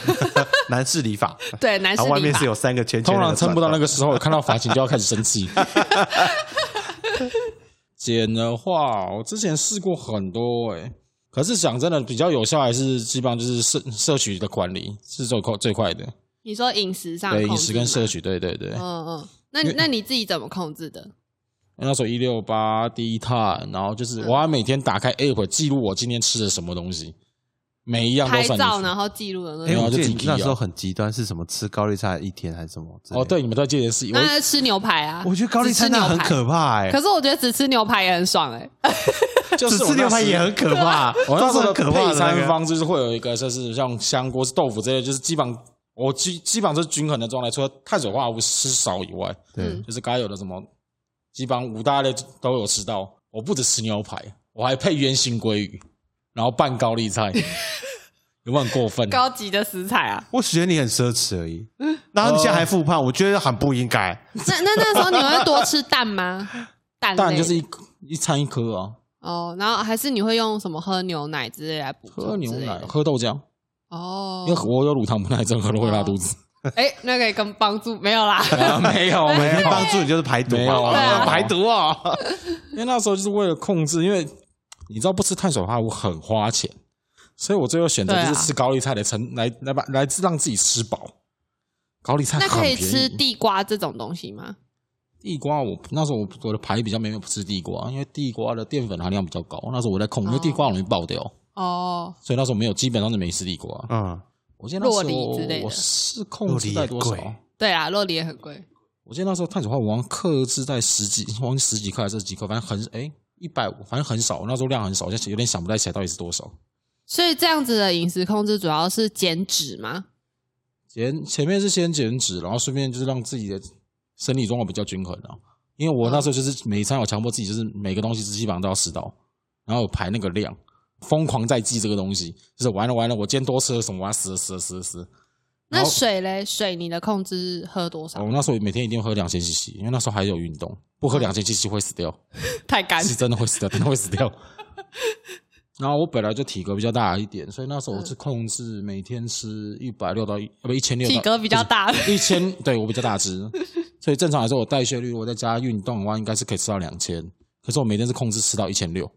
[SPEAKER 1] 男士理发，
[SPEAKER 2] 对， 男士
[SPEAKER 1] 啊然后外
[SPEAKER 2] 理
[SPEAKER 1] 面是
[SPEAKER 2] 发
[SPEAKER 1] 有三个圈圈，
[SPEAKER 3] 通常撑不到那个时候，看到发型就要开始生气。剪的话，我之前试过很多哎、可是讲真的，比较有效还是基本上就是摄摄取的管理是最快最快的，
[SPEAKER 2] 你说饮食上
[SPEAKER 3] 对
[SPEAKER 2] 控
[SPEAKER 3] 饮
[SPEAKER 2] 制
[SPEAKER 3] 食跟
[SPEAKER 2] 吗
[SPEAKER 3] 摄取，对对对。
[SPEAKER 2] 嗯嗯，那你那你自己怎么控制的？
[SPEAKER 3] 那时候一六八低碳，然后就是我还每天打
[SPEAKER 2] 嗯
[SPEAKER 3] 开 app 记录我今天吃了什么东西，每一样都
[SPEAKER 2] 拍
[SPEAKER 3] 算进
[SPEAKER 2] 照
[SPEAKER 3] 去
[SPEAKER 2] 然后记录的那
[SPEAKER 1] 哎，我
[SPEAKER 2] 种，
[SPEAKER 3] 然后
[SPEAKER 1] 记
[SPEAKER 3] 就
[SPEAKER 1] 得
[SPEAKER 3] 自己
[SPEAKER 1] 你那时
[SPEAKER 3] 咬
[SPEAKER 1] 候很极端，是什么吃高丽菜一天还是什么？
[SPEAKER 3] 哦，，对，你们都在记得是，我
[SPEAKER 2] 那吃牛排啊。
[SPEAKER 1] 我觉得高丽菜那很可怕哎
[SPEAKER 2] 可，是我觉得只吃牛排也很爽哎、
[SPEAKER 3] 就
[SPEAKER 1] 只
[SPEAKER 3] 是我
[SPEAKER 1] 吃牛排
[SPEAKER 3] 那时
[SPEAKER 1] 也很可怕，
[SPEAKER 2] 啊
[SPEAKER 3] 我那时候
[SPEAKER 1] 很
[SPEAKER 3] 的
[SPEAKER 1] 可怕
[SPEAKER 3] 配
[SPEAKER 1] 的那
[SPEAKER 3] 餐
[SPEAKER 1] 个。
[SPEAKER 3] 方式就是会有一个，就是像香锅、是豆腐这类，就是基本我基基本上是均衡的状态，除了碳水化合物吃少以外，
[SPEAKER 2] 嗯
[SPEAKER 1] 对，
[SPEAKER 3] 就是该有的什么，基本上五大类都有吃到。我不止吃牛排，我还配鸳鲅鲑鱼，然后拌高 丽菜，有没有很过分？啊
[SPEAKER 2] 高级的食材 啊。
[SPEAKER 1] 我只觉得你很奢侈而已。
[SPEAKER 2] 嗯
[SPEAKER 1] 然后你现
[SPEAKER 3] 哦
[SPEAKER 1] 在还复胖，我觉得很不应该。
[SPEAKER 2] 那那那时候你会多吃蛋吗？蛋
[SPEAKER 3] 蛋
[SPEAKER 2] 类
[SPEAKER 3] 就是一一餐一颗啊，
[SPEAKER 2] 哦，然后还是你会用什么喝牛奶之类来补充
[SPEAKER 3] 喝牛
[SPEAKER 2] 之类
[SPEAKER 3] 奶、
[SPEAKER 2] 的
[SPEAKER 3] 喝豆浆，
[SPEAKER 2] 哦
[SPEAKER 3] 因为，我有乳糖不耐症，喝了会拉肚子。
[SPEAKER 2] 哎、那个也跟帮助没有 啦，
[SPEAKER 3] 啊没有，
[SPEAKER 1] 每
[SPEAKER 3] 没
[SPEAKER 1] 天
[SPEAKER 3] 有，
[SPEAKER 1] 帮助你就是排毒
[SPEAKER 3] 没有
[SPEAKER 1] 嘛，
[SPEAKER 3] 啊
[SPEAKER 2] 对 啊
[SPEAKER 1] 排毒 啊。
[SPEAKER 3] 因为那时候就是为了控制，因为你知道不吃碳水化合物很花钱，所以我最后选择
[SPEAKER 2] 对啊
[SPEAKER 3] 就是吃高丽菜来成来来把来让自己吃饱。高丽菜
[SPEAKER 2] 那
[SPEAKER 3] 很
[SPEAKER 2] 可
[SPEAKER 3] 便宜
[SPEAKER 2] 以吃地瓜这种东西吗？
[SPEAKER 3] 地瓜我，那时候我我的牌比较没有吃地瓜，因为地瓜的淀粉含量比较高。那时候我在控，因为地瓜容易爆掉，
[SPEAKER 2] 哦，
[SPEAKER 3] 所以那时候没有基本上就没吃地瓜。
[SPEAKER 1] 嗯，
[SPEAKER 3] 我记得那时
[SPEAKER 2] 洛梨之类
[SPEAKER 3] 候
[SPEAKER 2] 的
[SPEAKER 3] 我是控制在多
[SPEAKER 1] 洛梨也
[SPEAKER 3] 少
[SPEAKER 1] 贵？
[SPEAKER 2] 对啊，洛梨也很贵，
[SPEAKER 3] 我记得那时候碳水化合物好像克制在十几，忘记十几克还是几克，反正很哎一百五，反正很少。那时候量很少，我现在有点想不太起来到底是多少。
[SPEAKER 2] 所以这样子的饮食控制主要是减脂吗？
[SPEAKER 3] 减前面是先减脂，然后顺便就是让自己的生理状况比较均衡啊。因为我那时候就是每一餐我强迫自己，就是每个东西基本上都要吃到，然后有排那个量，疯狂在记这个东西，就是完了完了，我今天多吃了什么，我要死了死了死了死了。
[SPEAKER 2] 那
[SPEAKER 3] 然后
[SPEAKER 2] 水嘞，水你的控制是喝多少
[SPEAKER 3] 我？那时候每天一定要喝两千 CC，因为那时候还有运动，不喝两千 CC 会死掉，
[SPEAKER 2] 太干
[SPEAKER 3] 是真的会死掉，真的会死掉。 然后我本来就体格比较大一点，所以那时候我
[SPEAKER 2] 嗯
[SPEAKER 3] 是控制每天吃一百六到一，呃不一千六，
[SPEAKER 2] 体格比较大，
[SPEAKER 3] 一千，对我比较大只，所以正常来说，我代谢率我在家运动的话，应该是可以吃到两千。可是我每天是控制吃到一千六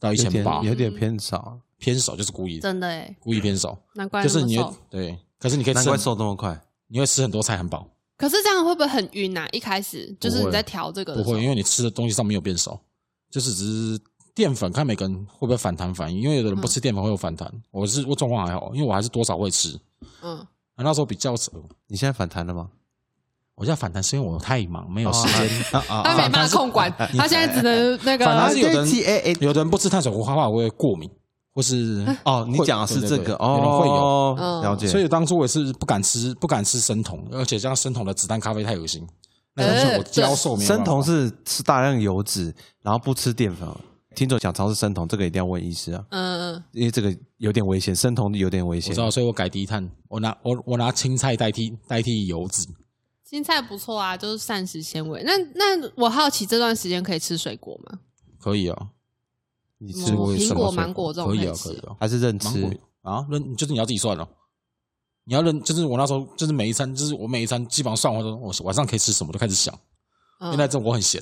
[SPEAKER 3] 到一
[SPEAKER 1] 有
[SPEAKER 3] 千八
[SPEAKER 1] 点，有点偏少，
[SPEAKER 3] 偏少就是故意的，
[SPEAKER 2] 真的哎，
[SPEAKER 3] 故意偏少，
[SPEAKER 2] 难怪
[SPEAKER 3] 就
[SPEAKER 2] 那
[SPEAKER 3] 是
[SPEAKER 2] 么
[SPEAKER 3] 你
[SPEAKER 2] 瘦
[SPEAKER 3] 会。对，可是你可以
[SPEAKER 1] 难
[SPEAKER 3] 吃
[SPEAKER 1] 怪
[SPEAKER 3] 很，
[SPEAKER 1] 瘦那么快。
[SPEAKER 3] 你会吃很多菜很饱，
[SPEAKER 2] 可是这样会不会很晕啊？一开始就是
[SPEAKER 3] 不
[SPEAKER 2] 你
[SPEAKER 3] 会
[SPEAKER 2] 在调这个的
[SPEAKER 3] 不
[SPEAKER 2] 时候
[SPEAKER 3] 会，因为你吃的东西上没有变少，就是只是淀粉，看每个人会不会反弹反应，因为有的人不吃淀粉会有反弹，
[SPEAKER 1] 嗯
[SPEAKER 3] 我是我状况还好，因为我还是多少会吃，
[SPEAKER 2] 嗯，
[SPEAKER 3] 那时候比较少。
[SPEAKER 1] 你现在反弹了吗？
[SPEAKER 3] 我现在反弹是因为我太忙，没有时间。
[SPEAKER 1] 啊啊
[SPEAKER 2] 他没办
[SPEAKER 3] 反弹
[SPEAKER 2] 法
[SPEAKER 3] 是
[SPEAKER 2] 控管，他现在只 能那
[SPEAKER 3] 反弹
[SPEAKER 2] 个
[SPEAKER 3] 是有的人
[SPEAKER 1] 对，T-A-A
[SPEAKER 3] 有的人不吃碳水化合物会过敏，或是
[SPEAKER 1] 哦，你讲的是这个
[SPEAKER 3] 有人会有。
[SPEAKER 1] 哦，
[SPEAKER 2] 嗯
[SPEAKER 1] 了解。
[SPEAKER 3] 所以当初我也是不敢吃，不敢吃生酮，而且这样生酮的子弹咖啡太恶心，那东西我教授没有办
[SPEAKER 1] 呃生
[SPEAKER 3] 法
[SPEAKER 1] 酮是吃大量油脂，然后不吃淀粉。听众想尝试生酮，这个一定要问医师啊，
[SPEAKER 2] 嗯，嗯
[SPEAKER 1] 因为这个有点危险，生酮有点危
[SPEAKER 3] 我
[SPEAKER 1] 险
[SPEAKER 3] 知。道，所以我改低碳，我拿我我拿青菜代替代替油脂，
[SPEAKER 2] 青菜不错啊，就是膳食纤维。那那我好奇这段时间可以吃水果吗？
[SPEAKER 3] 可以啊，
[SPEAKER 1] 你
[SPEAKER 2] 嗯
[SPEAKER 1] 吃过
[SPEAKER 3] 我
[SPEAKER 2] 苹
[SPEAKER 3] 什
[SPEAKER 2] 果
[SPEAKER 3] 么水
[SPEAKER 2] 芒果这种
[SPEAKER 3] 可以
[SPEAKER 2] 可
[SPEAKER 3] 啊
[SPEAKER 2] 以，吃
[SPEAKER 3] 可以啊，
[SPEAKER 1] 还是认
[SPEAKER 3] 芒
[SPEAKER 1] 吃
[SPEAKER 3] 果？啊，那你就是你要自己算了。你要认，就是我那时候，就是每一餐，就是我每一餐基本上算完之后，我晚上可以吃什么，就开始想。因为
[SPEAKER 2] 嗯
[SPEAKER 3] 那，阵我很闲，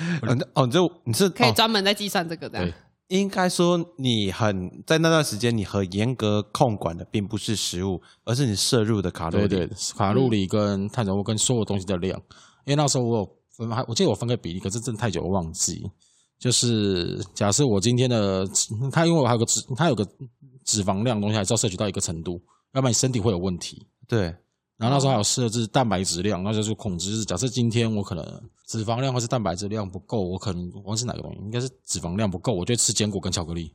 [SPEAKER 1] 嗯哦，你这你是
[SPEAKER 2] 可以
[SPEAKER 1] 哦
[SPEAKER 2] 专门在计算这个的
[SPEAKER 3] 对。
[SPEAKER 1] 应该说你很在那段时间，你很严格控管的并不是食物，而是你摄入的卡路
[SPEAKER 3] 对
[SPEAKER 1] 里。
[SPEAKER 3] 啊对，卡路里
[SPEAKER 2] 嗯
[SPEAKER 3] 跟碳水化合物跟所有东西的量，因为那时候我有分，还我记得我分个比例，可是真的太久我忘记。就是假设我今天的脂它，因为我还有个脂，它有个脂肪量的东西，还是要摄取到一个程度，要不然你身体会有问题。
[SPEAKER 1] 对，
[SPEAKER 3] 然后那时候还有设置蛋白质量，那就是控制。就是假设今天我可能脂肪量或是蛋白质量不够，我可能我忘记哪个东西，应该是脂肪量不够，我就吃坚果跟巧克力，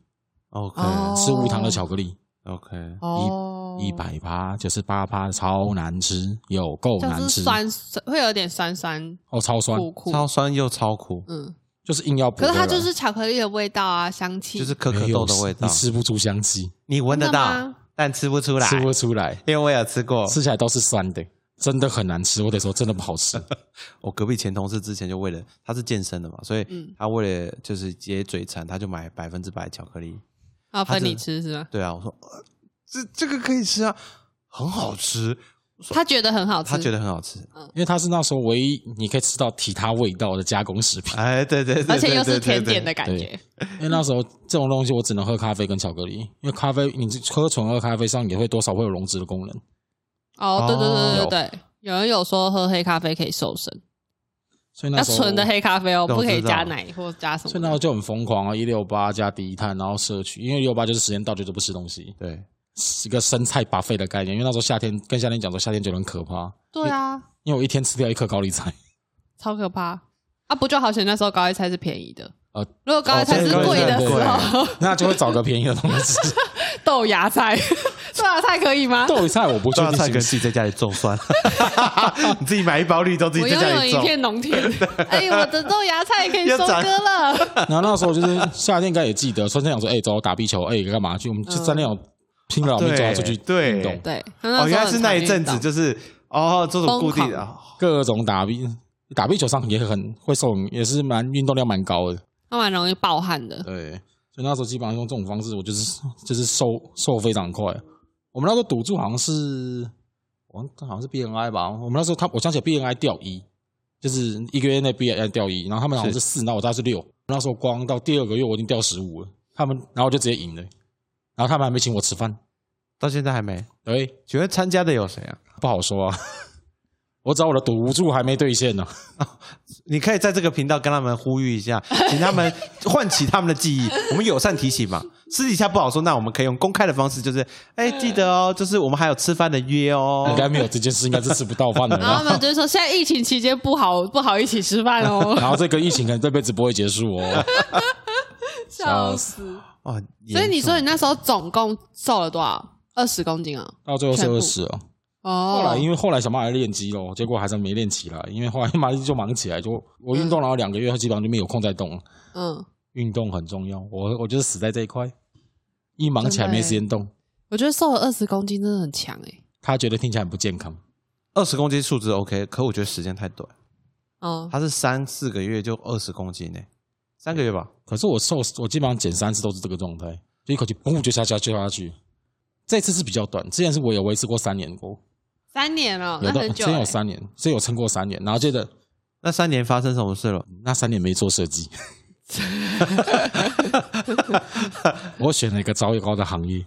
[SPEAKER 1] OK
[SPEAKER 2] 哦
[SPEAKER 3] 吃无糖的巧克力，
[SPEAKER 1] OK，
[SPEAKER 2] 哦
[SPEAKER 3] 一百趴、九十八趴，超难吃，有够难
[SPEAKER 2] 就是
[SPEAKER 3] 吃，
[SPEAKER 2] 酸酸，会有点酸酸
[SPEAKER 3] 哦，超酸，
[SPEAKER 2] 苦苦。
[SPEAKER 1] 超酸又超苦，
[SPEAKER 2] 嗯，
[SPEAKER 3] 就是硬要补
[SPEAKER 2] 可
[SPEAKER 3] 回
[SPEAKER 2] 是
[SPEAKER 3] 来。
[SPEAKER 2] 它就是巧克力的味道啊，香气。
[SPEAKER 1] 就是可可
[SPEAKER 3] 没
[SPEAKER 1] 豆
[SPEAKER 3] 有
[SPEAKER 1] 的味道
[SPEAKER 3] 你，吃不出香气。
[SPEAKER 1] 你闻得
[SPEAKER 2] 真的
[SPEAKER 1] 到
[SPEAKER 2] 吗？
[SPEAKER 1] 但吃不出来，哦
[SPEAKER 3] 吃不出来，
[SPEAKER 1] 因为我有吃过。
[SPEAKER 3] 吃起来都是酸的，真的很难吃。我得说，真的不好 吃。
[SPEAKER 1] 我隔壁前同事之前就为了他是健身的嘛，所以
[SPEAKER 2] 嗯
[SPEAKER 1] 他为了就是解嘴馋，他就买百分之百巧克力。
[SPEAKER 2] 要啊分
[SPEAKER 1] 真
[SPEAKER 2] 你
[SPEAKER 1] 的
[SPEAKER 2] 吃是吗？
[SPEAKER 1] 对啊，我说呃这这个可以吃啊，很好吃，
[SPEAKER 2] 他觉得很好吃，
[SPEAKER 1] 他觉得很好吃。
[SPEAKER 3] 因为它是那时候唯一你可以吃到提它味道的加工食品。
[SPEAKER 1] 哎，对对对，对
[SPEAKER 2] 而且又
[SPEAKER 1] 对对
[SPEAKER 2] 是甜
[SPEAKER 1] 对
[SPEAKER 2] 点的感
[SPEAKER 3] 对
[SPEAKER 2] 觉。
[SPEAKER 3] 因为那时候这种东西我只能喝咖啡跟巧克力，因为咖啡你喝纯喝咖啡上也会多少会有溶脂的功能，
[SPEAKER 2] 哦，对
[SPEAKER 1] 哦
[SPEAKER 2] 对对对对，有人有说喝黑咖啡可以瘦身，
[SPEAKER 3] 所以
[SPEAKER 2] 要
[SPEAKER 3] 那时候
[SPEAKER 2] 纯的黑咖啡哦，
[SPEAKER 1] 那我
[SPEAKER 2] 不可以
[SPEAKER 1] 知道
[SPEAKER 2] 加奶或加什
[SPEAKER 3] 所以
[SPEAKER 2] 么
[SPEAKER 3] 那
[SPEAKER 2] 的。
[SPEAKER 3] 时候就很疯狂啊，一六八加低碳，然后摄取，因为一六八就是时间到就就不吃东西，
[SPEAKER 1] 对，
[SPEAKER 3] 是一个生菜拔肺的概念。因为那时候夏天跟夏天讲说夏天觉得很可怕，
[SPEAKER 2] 对啊，
[SPEAKER 3] 因为我一天吃掉一颗高丽菜，
[SPEAKER 2] 超可怕啊！不就好险那时候高丽菜是便宜的，
[SPEAKER 3] 呃
[SPEAKER 2] 如果高丽菜
[SPEAKER 1] 哦
[SPEAKER 2] 是
[SPEAKER 1] 对
[SPEAKER 2] 贵的
[SPEAKER 1] 对
[SPEAKER 2] 时
[SPEAKER 1] 对
[SPEAKER 2] 候，
[SPEAKER 3] 那就会找个便宜的东西吃。
[SPEAKER 2] 豆芽菜， 豆芽菜可以吗？
[SPEAKER 3] 豆芽菜我不
[SPEAKER 1] 不
[SPEAKER 3] 确
[SPEAKER 1] 知道
[SPEAKER 3] 定
[SPEAKER 1] 蔡
[SPEAKER 3] 行
[SPEAKER 1] 哥
[SPEAKER 3] 不
[SPEAKER 1] 自
[SPEAKER 3] 行，
[SPEAKER 1] 己在家里种 酸，你自己买一包绿豆，自
[SPEAKER 2] 我
[SPEAKER 1] 己在家
[SPEAKER 2] 拥有
[SPEAKER 1] 里
[SPEAKER 2] 一
[SPEAKER 1] 种。
[SPEAKER 2] 片 农田，哎，我的豆芽菜可以
[SPEAKER 1] 又
[SPEAKER 2] 收
[SPEAKER 1] 长
[SPEAKER 2] 割了。
[SPEAKER 3] 然后那时候就是夏天应该也记得，春天讲说哎、走打壁球，哎、干嘛去？我们就在那种拼了老命走来出去
[SPEAKER 1] 对
[SPEAKER 3] 运动，
[SPEAKER 2] 对，他那时候
[SPEAKER 1] 哦，原来是
[SPEAKER 2] 很
[SPEAKER 1] 那
[SPEAKER 2] 常
[SPEAKER 1] 一阵
[SPEAKER 2] 遇到
[SPEAKER 1] 子，就是哦，这种固定的
[SPEAKER 2] 疯
[SPEAKER 1] 哦
[SPEAKER 3] 各种打壁打壁球上也很会受，也是蛮运动量蛮高的。
[SPEAKER 2] 他蛮容易暴汗的。
[SPEAKER 3] 对，所以那时候基本上用这种方式，我就是就是瘦瘦非常快。我们那时候赌注好像是，我好像是 BNI 吧。我们那时候他我想起来 BNI 掉一，就是一个月内 BNI 掉一，然后他们好像是四，然后我大概是六。那时候光到第二个月我已经掉十五了，他们然后我就直接赢了，然后他们还没请我吃饭，
[SPEAKER 1] 到现在还没。
[SPEAKER 3] 对，
[SPEAKER 1] 请问参加的有谁啊？
[SPEAKER 3] 不好说啊。 我找我的赌注还没兑现呢、
[SPEAKER 1] 你可以在这个频道跟他们呼吁一 下，请他们唤起他们的记忆。我们友善提醒嘛，私底下不好说，那我们可以用公开的方式，就是哎，记得
[SPEAKER 2] 嗯
[SPEAKER 1] 哦，就是我们还有吃饭的约哦
[SPEAKER 3] 应。该没有这件事，应该是吃不到饭的
[SPEAKER 2] 然 后他
[SPEAKER 3] 啦。
[SPEAKER 2] 们 就说，现在疫情期间不好不好一起吃饭 哦，
[SPEAKER 3] 然后这个疫情可能这辈子不会结束哦。
[SPEAKER 2] 笑死。
[SPEAKER 1] 哦，
[SPEAKER 2] 所以你说
[SPEAKER 1] 严
[SPEAKER 2] 你那时候总共瘦了多少？二十公斤啊？
[SPEAKER 3] 到最后是
[SPEAKER 2] 全部
[SPEAKER 3] 二十哦。
[SPEAKER 2] 哦，
[SPEAKER 3] 后来因为后来小马来练肌哦咯，结果还是没练起来，因为后来马上就忙起来，就我运动然后两个月后基本上就没有空再动了。
[SPEAKER 2] 嗯，
[SPEAKER 3] 运动很重要，我我就是死在这一块，一忙起来
[SPEAKER 2] 真的
[SPEAKER 3] 没
[SPEAKER 2] 欸
[SPEAKER 3] 时间动。
[SPEAKER 2] 我觉得瘦了二十公斤真的很强哎、
[SPEAKER 3] 他觉得听起来很不健康，
[SPEAKER 1] 重，二十公斤数值 OK，可我觉得时间太短，
[SPEAKER 2] 哦，
[SPEAKER 1] 他是三四个月就二十公斤呢，三个月吧。
[SPEAKER 3] 可是我瘦，我基本上减三次都是这个状态，就一口气嘣就下下就下去。这次是比较短，之前是我有维持过三年过，
[SPEAKER 2] 三年了、
[SPEAKER 3] 有
[SPEAKER 2] 那
[SPEAKER 3] 到
[SPEAKER 2] 很
[SPEAKER 3] 之
[SPEAKER 2] 久、
[SPEAKER 3] 前
[SPEAKER 2] 欸。
[SPEAKER 3] 有三年，所以有撑过三年，然后接着
[SPEAKER 1] 那三年发生什么事了？
[SPEAKER 3] 那三年没做设计， 我选了一个糟糕的行业，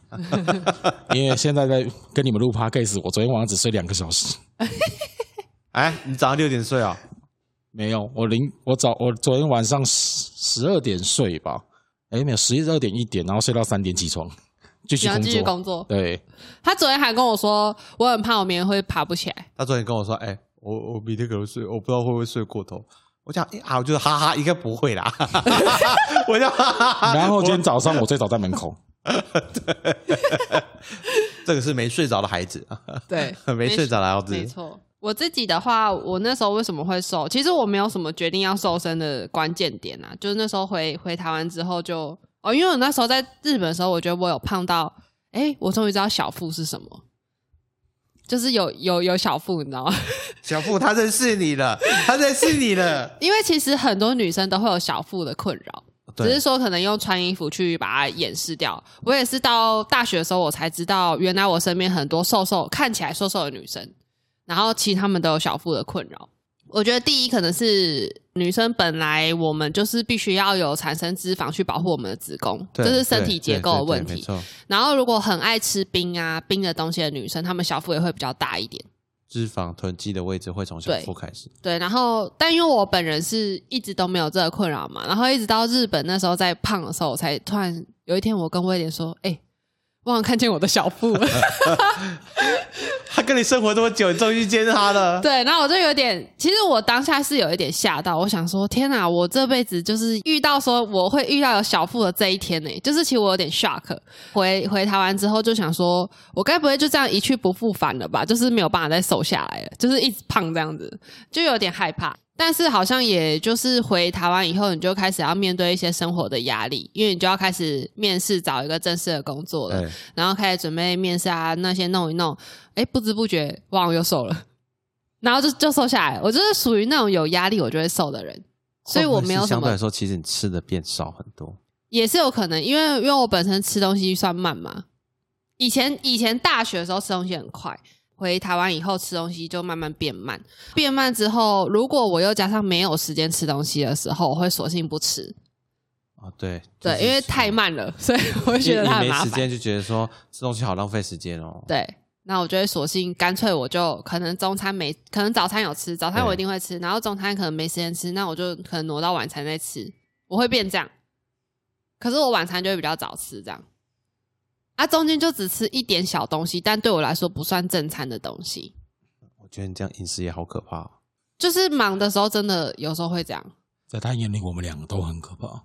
[SPEAKER 3] 因为现在在跟你们录 podcast，我昨天晚上只睡两个小时，
[SPEAKER 1] 哎，你早上六点睡啊、
[SPEAKER 3] 没有，我零我早我昨天晚上十十二点睡吧，哎没有十一二点一点，然后睡到三点起床，继续
[SPEAKER 2] 然后
[SPEAKER 3] 工
[SPEAKER 2] 继续
[SPEAKER 3] 作，
[SPEAKER 2] 工作。
[SPEAKER 3] 对，
[SPEAKER 2] 他昨天还跟我说，我很怕我明天会爬不起来。
[SPEAKER 1] 他昨天跟我说：“哎、我我明天可能睡，我不知道会不会睡过头。”我讲：“哎、啊，我就是哈哈，应该不会 啦。”我就哈哈哈。
[SPEAKER 3] 然后今天早上我最早在门口，
[SPEAKER 1] 这个是没睡着的孩子，
[SPEAKER 2] 对
[SPEAKER 1] 没睡着的孩子，
[SPEAKER 2] 没错，我自己的话，我那时候为什么会瘦？其实我没有什么决定要瘦身的关键点啊，就是那时候回回台湾之后就哦，因为我那时候在日本的时候，我觉得我有胖到，哎，我终于知道小腹是什么，就是有有有小腹，你知道吗？
[SPEAKER 1] 小付他认识你了，他认识你了。
[SPEAKER 2] 因为其实很多女生都会有小腹的困扰， 只是
[SPEAKER 1] 对，
[SPEAKER 2] 说可能用穿衣服去把它掩饰掉。我也是到大学的时候，我才知道原来我身边很多瘦瘦看起来瘦瘦的女生，然后其实她们都有小腹的困扰。我觉得第一可能是女生本来我们就是必须要有产生脂肪去保护我们的子宫，这
[SPEAKER 1] 对
[SPEAKER 2] 是身体结构的问
[SPEAKER 1] 对对对没
[SPEAKER 2] 题。
[SPEAKER 1] 错，
[SPEAKER 2] 然后如果很爱吃冰啊冰的东西的女生，她们小腹也会比较大一点。
[SPEAKER 1] 脂肪囤积的位置会从小
[SPEAKER 2] 对
[SPEAKER 1] 腹开始。
[SPEAKER 2] 对，然后但因为我本人是一直都没有这个困扰嘛，然后一直到日本那时候在胖的时候，我才突然有一天我跟威廉说：“哎、我好像看见我的小腹了。
[SPEAKER 1] 他跟你生活多久，你终于见他”了。
[SPEAKER 2] 对，然后我就有点，其实我当下是有一点吓到，我想说：“天哪，我这辈子就是遇到说我会遇到有小腹的这一天呢、就是其实我有点 shock。回回台湾之后就想说，我该不会就这样一去不复返了吧？就是没有办法再瘦下来了，就是一直胖这样子，就有点害怕。但是好像也就是回台湾以后，你就开始要面对一些生活的压力，因为你就要开始面试找一个正式的工作了，
[SPEAKER 1] 对，
[SPEAKER 2] 然后开始准备面试啊那些弄一弄，哎，不知不觉哇，我又瘦了， 然后就就瘦下来。我就是属于那种有压力我就会瘦的人，所以我没有
[SPEAKER 1] 哦会不会是
[SPEAKER 2] 什
[SPEAKER 1] 相对来
[SPEAKER 2] 么，
[SPEAKER 1] 说，其实你吃的变少很多。
[SPEAKER 2] 也是有可能，因为因为我本身吃东西算慢嘛，以前以前大学的时候吃东西很快。回台湾以后吃东西就慢慢变慢，变慢之后，如果我又加上没有时间吃东西的时候，我会索性不吃，
[SPEAKER 1] 啊，对
[SPEAKER 2] 对，因为太，慢了，所以我会
[SPEAKER 1] 就是
[SPEAKER 2] 觉
[SPEAKER 1] 因
[SPEAKER 2] 得
[SPEAKER 1] 为
[SPEAKER 2] 它
[SPEAKER 1] 你没
[SPEAKER 2] 很麻
[SPEAKER 1] 时
[SPEAKER 2] 烦。
[SPEAKER 1] 间就觉得说吃东西好浪费时间哦。
[SPEAKER 2] 对，那我就会索性干脆我就可能中餐没，可能早餐有吃，早餐我一定会吃，然后中餐可能没时间吃，那我就可能挪到晚餐再吃，我会变这样。可是我晚餐就会比较早吃，这样。啊，中间就只吃一点小东西，但对我来说不算正餐的东西。
[SPEAKER 1] 我觉得你这样饮食也好可怕哦、
[SPEAKER 2] 就是忙的时候，真的有时候会这样。
[SPEAKER 3] 在他眼里，我们两个都很可怕。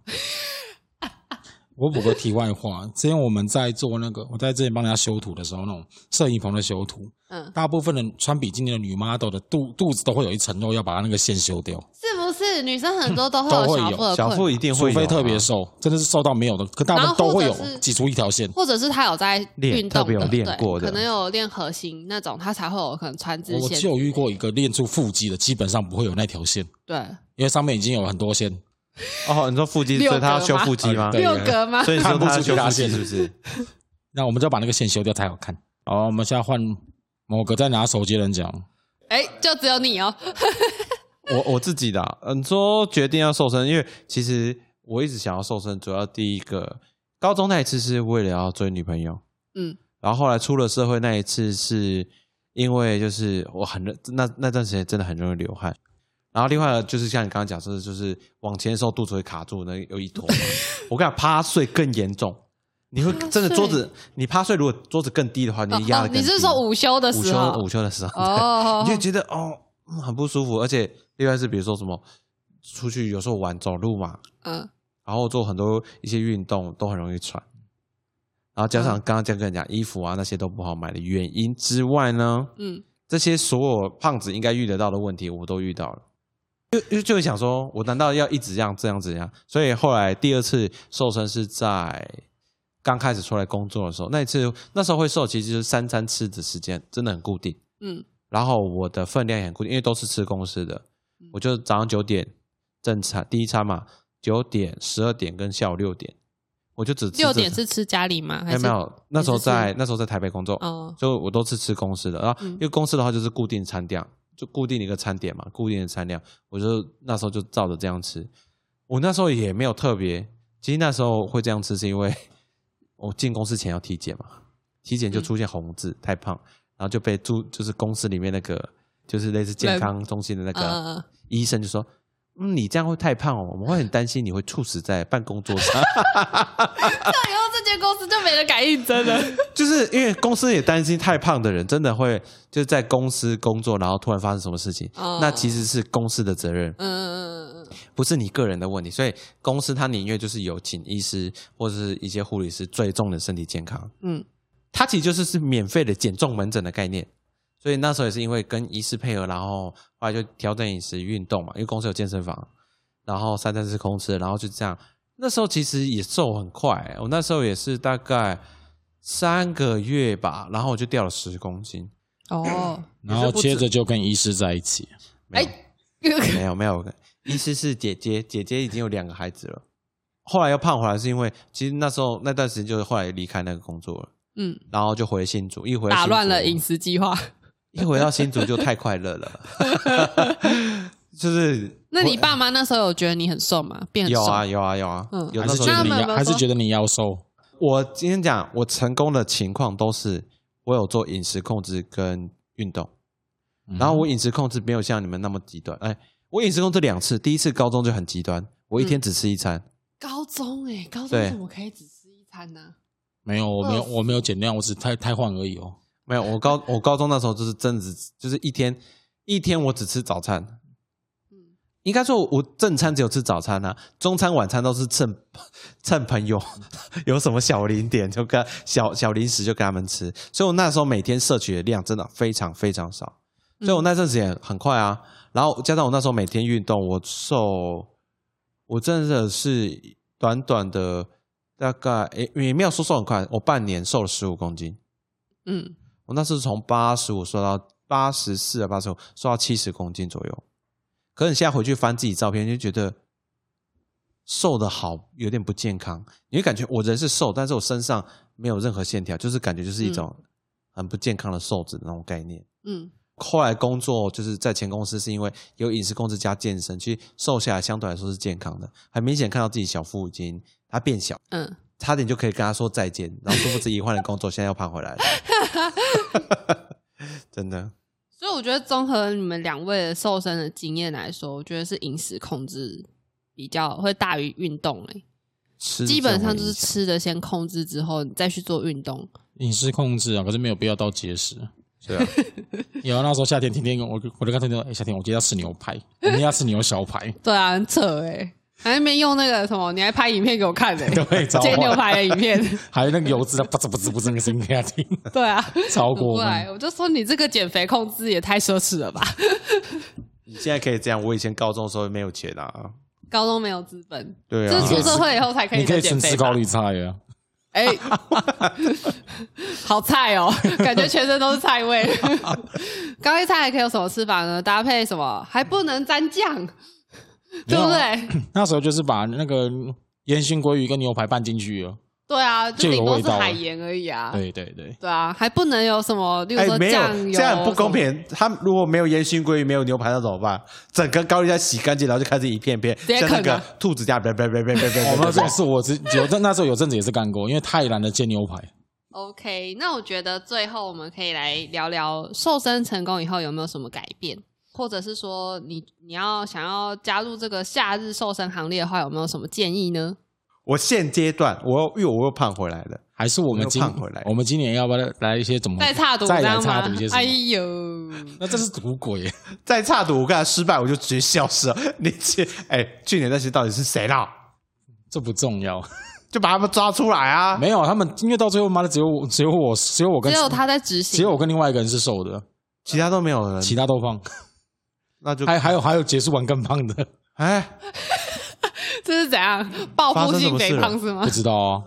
[SPEAKER 3] 我补个题外话，之前我们在做那个，我在之前帮人家修图的时候，那种摄影棚的修图，
[SPEAKER 2] 嗯，
[SPEAKER 3] 大部分的穿比基尼的女 model 的肚肚子都会有一层肉，要把它那个线修掉，
[SPEAKER 2] 是不是女生很 多都会
[SPEAKER 3] 都
[SPEAKER 2] 有
[SPEAKER 3] 会
[SPEAKER 2] 小
[SPEAKER 3] 有
[SPEAKER 2] 腹的
[SPEAKER 1] 小
[SPEAKER 2] 困
[SPEAKER 1] 腹
[SPEAKER 2] 扰
[SPEAKER 1] 一定
[SPEAKER 3] 除
[SPEAKER 1] 会有啊、
[SPEAKER 3] 非 特别瘦，真的是瘦到没有的，可大部
[SPEAKER 2] 然
[SPEAKER 3] 分
[SPEAKER 2] 后
[SPEAKER 3] 都会
[SPEAKER 2] 或者是
[SPEAKER 3] 有挤出一条线。
[SPEAKER 2] 或者是他有在
[SPEAKER 1] 练
[SPEAKER 2] 运
[SPEAKER 1] 特
[SPEAKER 2] 动
[SPEAKER 1] 别有
[SPEAKER 2] 的，
[SPEAKER 1] 练
[SPEAKER 2] 对
[SPEAKER 1] 过的哦
[SPEAKER 2] 可能有练核心那种，他才会有可能穿支
[SPEAKER 3] 我
[SPEAKER 2] 线。
[SPEAKER 3] 就遇过一个练出腹肌的，基本上不会有那条线，
[SPEAKER 2] 对
[SPEAKER 3] 因为上面已经有很多线，
[SPEAKER 1] 哦。你说腹肌，
[SPEAKER 2] 六
[SPEAKER 1] 所以他要
[SPEAKER 2] 格
[SPEAKER 1] 修
[SPEAKER 2] 吗
[SPEAKER 1] 腹肌吗？
[SPEAKER 3] 对
[SPEAKER 2] 六格吗？
[SPEAKER 1] 所以你
[SPEAKER 3] 看
[SPEAKER 1] 说
[SPEAKER 3] 不
[SPEAKER 1] 他
[SPEAKER 3] 出
[SPEAKER 1] 要
[SPEAKER 3] 去
[SPEAKER 1] 修
[SPEAKER 3] 大
[SPEAKER 1] 腹肌
[SPEAKER 3] 线
[SPEAKER 1] 是不是？
[SPEAKER 3] 那我们就要把那个线修掉才好看。好，我们现在换某个在拿手机的人讲，
[SPEAKER 2] 哎、
[SPEAKER 1] 呃
[SPEAKER 2] 就只有你哦、
[SPEAKER 1] 我我自己的啊、嗯，说决定要瘦身，因为其实我一直想要瘦身，主要第一个，高中那一次是为了要追女朋友，
[SPEAKER 2] 嗯，
[SPEAKER 1] 然后后来出了社会那一次是因为就是我很热那那段时间真的很容易流汗，然后另外就是像你刚刚讲说的，就是往前的时候肚子会卡住，那有一 坨嘛，我跟你讲趴睡更严重。你会
[SPEAKER 2] 趴
[SPEAKER 1] 真的
[SPEAKER 2] 睡
[SPEAKER 1] 桌子，你趴睡如果桌子更低的话，你压的、
[SPEAKER 2] 哦哦，你是说午休的
[SPEAKER 1] 午
[SPEAKER 2] 时
[SPEAKER 1] 休
[SPEAKER 2] 候？
[SPEAKER 1] 午休的时候？对
[SPEAKER 2] 哦，
[SPEAKER 1] 你就觉得哦、嗯很不舒服，而且另外是比如说什么出去有时候玩走路嘛，
[SPEAKER 2] 嗯，
[SPEAKER 1] 然后做很多一些运动都很容易喘，然后加上
[SPEAKER 2] 嗯
[SPEAKER 1] 刚刚这样跟你讲衣服啊那些都不好买的原因之外呢，
[SPEAKER 2] 嗯，
[SPEAKER 1] 这些所有胖子应该遇得到的问题我都遇到了。就就就会想说，我难道要一直这样这样子这样？所以后来第二次瘦身是在刚开始出来工作的时候，那一次那时候会瘦，其实就是三餐吃的时间真的很固定。
[SPEAKER 2] 嗯，
[SPEAKER 1] 然后我的分量也很固定，因为都是吃公司的，
[SPEAKER 2] 嗯
[SPEAKER 1] 我就早上九点正餐第一餐嘛，九点、十二点跟下午六点，我就只吃
[SPEAKER 2] 六
[SPEAKER 1] 这
[SPEAKER 2] 点是吃家里吗？
[SPEAKER 1] 没
[SPEAKER 2] 还
[SPEAKER 1] 有
[SPEAKER 2] 是
[SPEAKER 1] 没有，那时候
[SPEAKER 2] 还是吃
[SPEAKER 1] 在那时候在台北工作，
[SPEAKER 2] 哦，
[SPEAKER 1] 所以我都是吃公司的。然后
[SPEAKER 2] 嗯
[SPEAKER 1] 因为公司的话就是固定餐量，就固定一个餐点嘛，固定的餐量，我就那时候就照着这样吃。我那时候也没有特别，其实那时候会这样吃是因为我进公司前要体检嘛，体检就
[SPEAKER 2] 嗯
[SPEAKER 1] 出现红字，太胖，然后就被住就是公司里面那个就是类似健
[SPEAKER 2] 人
[SPEAKER 1] 康中心的那个
[SPEAKER 2] 呃，
[SPEAKER 1] 医生就说。嗯，你这样会太胖哦，我们会很担心你会猝死在办公桌上。
[SPEAKER 2] 那以后这间公司就没人敢应征了。
[SPEAKER 1] 就是因为公司也担心太胖的人真的会就是在公司工作，然后突然发生什么事情，
[SPEAKER 2] 哦
[SPEAKER 1] 那其实是公司的责任，
[SPEAKER 2] 嗯嗯嗯
[SPEAKER 1] 不是你个人的问题。所以公司他宁愿就是有请医师或者是一些护理师追踪你的身体健康，
[SPEAKER 2] 嗯
[SPEAKER 1] 它其实就是是免费的减重门诊的概念。所以那时候也是因为跟医师配合，然后后来就调整饮食、运动嘛，因为公司有健身房，然后三餐是空吃，然后就这样。那时候其实也瘦很快、我那时候也是大概三个月吧，然后我就掉了十公斤。
[SPEAKER 2] 嗯，哦，
[SPEAKER 3] 然后接着就跟医师在一起。
[SPEAKER 1] 没有
[SPEAKER 2] 哎 嗯
[SPEAKER 1] 没有没有，医师是姐姐，姐姐已经有两个孩子了。后来又胖回来是因为，其实那时候那段时间就是后来离开那个工作了，
[SPEAKER 2] 嗯，
[SPEAKER 1] 然后就回新竹，一回
[SPEAKER 2] 打
[SPEAKER 1] 新
[SPEAKER 2] 乱
[SPEAKER 1] 竹
[SPEAKER 2] 了饮食计划。
[SPEAKER 1] 一回到新竹就太快乐了， 就是
[SPEAKER 2] 那你爸妈那时候有觉得你很瘦吗？变很
[SPEAKER 1] 有
[SPEAKER 2] 瘦
[SPEAKER 1] 啊有啊有啊，
[SPEAKER 2] 嗯
[SPEAKER 1] 有
[SPEAKER 3] 还
[SPEAKER 1] 那
[SPEAKER 3] 是
[SPEAKER 1] 时
[SPEAKER 3] 觉
[SPEAKER 1] 候
[SPEAKER 2] 那他
[SPEAKER 3] 得你
[SPEAKER 2] 们有没
[SPEAKER 3] 要，
[SPEAKER 2] 有
[SPEAKER 3] 还是
[SPEAKER 2] 说
[SPEAKER 3] 觉得你腰瘦？
[SPEAKER 1] 我今天讲我成功的情况都是我有做饮食控制跟运动，
[SPEAKER 3] 嗯
[SPEAKER 1] 然后我饮食控制没有像你们那么极端，哎，我饮食控制两次，第一次高中就很极端，我
[SPEAKER 2] 嗯
[SPEAKER 1] 一天只吃一餐，
[SPEAKER 2] 高中哎、高中
[SPEAKER 1] 对
[SPEAKER 2] 怎么可以只吃一餐呢、
[SPEAKER 3] 没有，我没有，
[SPEAKER 2] 饿死
[SPEAKER 3] 我没有减量，我只太太换而已哦。
[SPEAKER 1] 没有，我高我高中那时候就是真的只就是一天一天我只吃早餐，
[SPEAKER 2] 嗯，
[SPEAKER 1] 应该说我正餐只有吃早餐啊，中餐晚餐都是蹭蹭朋友 有什么小零点就跟小小零食就跟他们吃，所以我那时候每天摄取的量真的非常非常少，所以我那阵子也很快啊。然后加上我那时候每天运动，我瘦，我真的是短短的大概诶也没有说瘦很快，我半年瘦了十五公斤。
[SPEAKER 2] 嗯，
[SPEAKER 1] 我那是从八十五瘦到八十四啊，八十五瘦到七十公斤左右。可是你现在回去翻自己照片，就觉得瘦的好有点不健康，你会感觉我人是瘦，但是我身上没有任何线条，就是感觉就是一种很不健康的瘦子的那种概念。
[SPEAKER 2] 嗯，
[SPEAKER 1] 后来工作就是在前公司，是因为有饮食控制加健身，其实瘦下来相对来说是健康的，很明显看到自己小腹已经它变小，
[SPEAKER 2] 嗯，
[SPEAKER 1] 差点就可以跟他说再见，然后殊不知一换了工作，现在又爬回来了， 真的。
[SPEAKER 2] 所以我觉得综合你们两位的瘦身的经验来说，我觉得是饮食控制比较会大于运动嘞、
[SPEAKER 1] 吃
[SPEAKER 2] 基本上
[SPEAKER 1] 这种影
[SPEAKER 2] 就是
[SPEAKER 1] 响
[SPEAKER 2] 吃的先控制之后，你再去做运动。
[SPEAKER 3] 饮食控制啊，可是没有必要到节食。
[SPEAKER 1] 对啊，
[SPEAKER 3] 然后那时候夏天天天跟我我就跟他说，哎、夏天我今天要吃牛排，我们要吃牛小排，
[SPEAKER 2] 对啊，很扯哎、还在那边用那个什么，你还拍影片给我看嘞、欸，
[SPEAKER 3] 对，超
[SPEAKER 2] 煎牛
[SPEAKER 3] 坏，
[SPEAKER 2] 排的影片。
[SPEAKER 3] 还有那个油脂的不滋不滋不滋那个声音给他听，
[SPEAKER 2] 对啊，
[SPEAKER 3] 超
[SPEAKER 2] 很
[SPEAKER 3] 过
[SPEAKER 2] 过来
[SPEAKER 3] 分。
[SPEAKER 2] 我就说你这个减肥控制也太奢侈了吧？
[SPEAKER 1] 你现在可以这样，我以前高中的时候没有钱啊，
[SPEAKER 2] 高中没有资本，
[SPEAKER 1] 对
[SPEAKER 2] 这
[SPEAKER 1] 啊
[SPEAKER 2] 是，出社会以后才可以
[SPEAKER 3] 你可
[SPEAKER 2] 的
[SPEAKER 3] 以
[SPEAKER 2] 减
[SPEAKER 3] 纯
[SPEAKER 2] 肥
[SPEAKER 3] 吃
[SPEAKER 2] 吧
[SPEAKER 3] 高？丽菜啊，
[SPEAKER 2] 哎、好菜哦， 感觉全身都是菜味。 高丽菜还可以有什么吃法呢？搭配什么？还不能沾酱，对
[SPEAKER 1] 啊
[SPEAKER 2] 不对？
[SPEAKER 3] 那时候就是把那个烟熏鲑鱼跟牛排拌进去了。
[SPEAKER 2] 对啊，就
[SPEAKER 3] 就有
[SPEAKER 2] 顶多
[SPEAKER 3] 味
[SPEAKER 2] 是
[SPEAKER 3] 道了
[SPEAKER 2] 海盐而已啊。
[SPEAKER 3] 对对对，
[SPEAKER 2] 对啊，还不能有什么，例如
[SPEAKER 1] 哎、
[SPEAKER 2] 说
[SPEAKER 1] 没有
[SPEAKER 2] 酱油，
[SPEAKER 1] 这样很不公。平。他如果没有烟熏鲑鱼，没有牛排，那怎么办？整个高丽菜洗干净，然后就开始一片片，
[SPEAKER 2] 接
[SPEAKER 1] 像那
[SPEAKER 2] 啃
[SPEAKER 1] 个
[SPEAKER 2] 啊
[SPEAKER 1] 兔子这样，别别别别别别，
[SPEAKER 3] 我们这种事我只有那时候有阵子也是干过，因为太懒得煎牛排。
[SPEAKER 2] OK，那我觉得最后我们可以来聊聊瘦身成功以后有没有什么改变，或者是说你你要想要加入这个夏日瘦身行列的话，有没有什么建议呢？
[SPEAKER 1] 我现阶段，我又因为我又胖回来了，
[SPEAKER 3] 还是我们今
[SPEAKER 1] 我又胖回来
[SPEAKER 3] 我们今年要不要来一些怎么
[SPEAKER 2] 再差赌
[SPEAKER 3] 再
[SPEAKER 2] 这
[SPEAKER 3] 来
[SPEAKER 2] 样
[SPEAKER 3] 插
[SPEAKER 2] 吗
[SPEAKER 3] 赌一些？什
[SPEAKER 2] 哎
[SPEAKER 3] 么？
[SPEAKER 2] 呦，
[SPEAKER 3] 那这是赌鬼，
[SPEAKER 1] 再差赌我跟他失败，我就直接消失了。 你去，哎、去年那些到底是谁啦？
[SPEAKER 3] 这不重要。
[SPEAKER 1] 就把他们抓出来啊！
[SPEAKER 3] 没有他们，因为到最后妈的只有我，只有我，只有我跟
[SPEAKER 2] 只有他在执行，
[SPEAKER 3] 只有我跟另外一个人是瘦的，
[SPEAKER 1] 其他都没有人，
[SPEAKER 3] 其他都胖，
[SPEAKER 1] 那就
[SPEAKER 3] 还还有还有结束完更胖的，
[SPEAKER 1] 哎，
[SPEAKER 2] 这是怎样报
[SPEAKER 1] 发
[SPEAKER 2] 复
[SPEAKER 1] 生什
[SPEAKER 2] 性
[SPEAKER 1] 么事
[SPEAKER 2] 肥
[SPEAKER 1] 了
[SPEAKER 2] 胖是吗
[SPEAKER 3] 不？知道哦。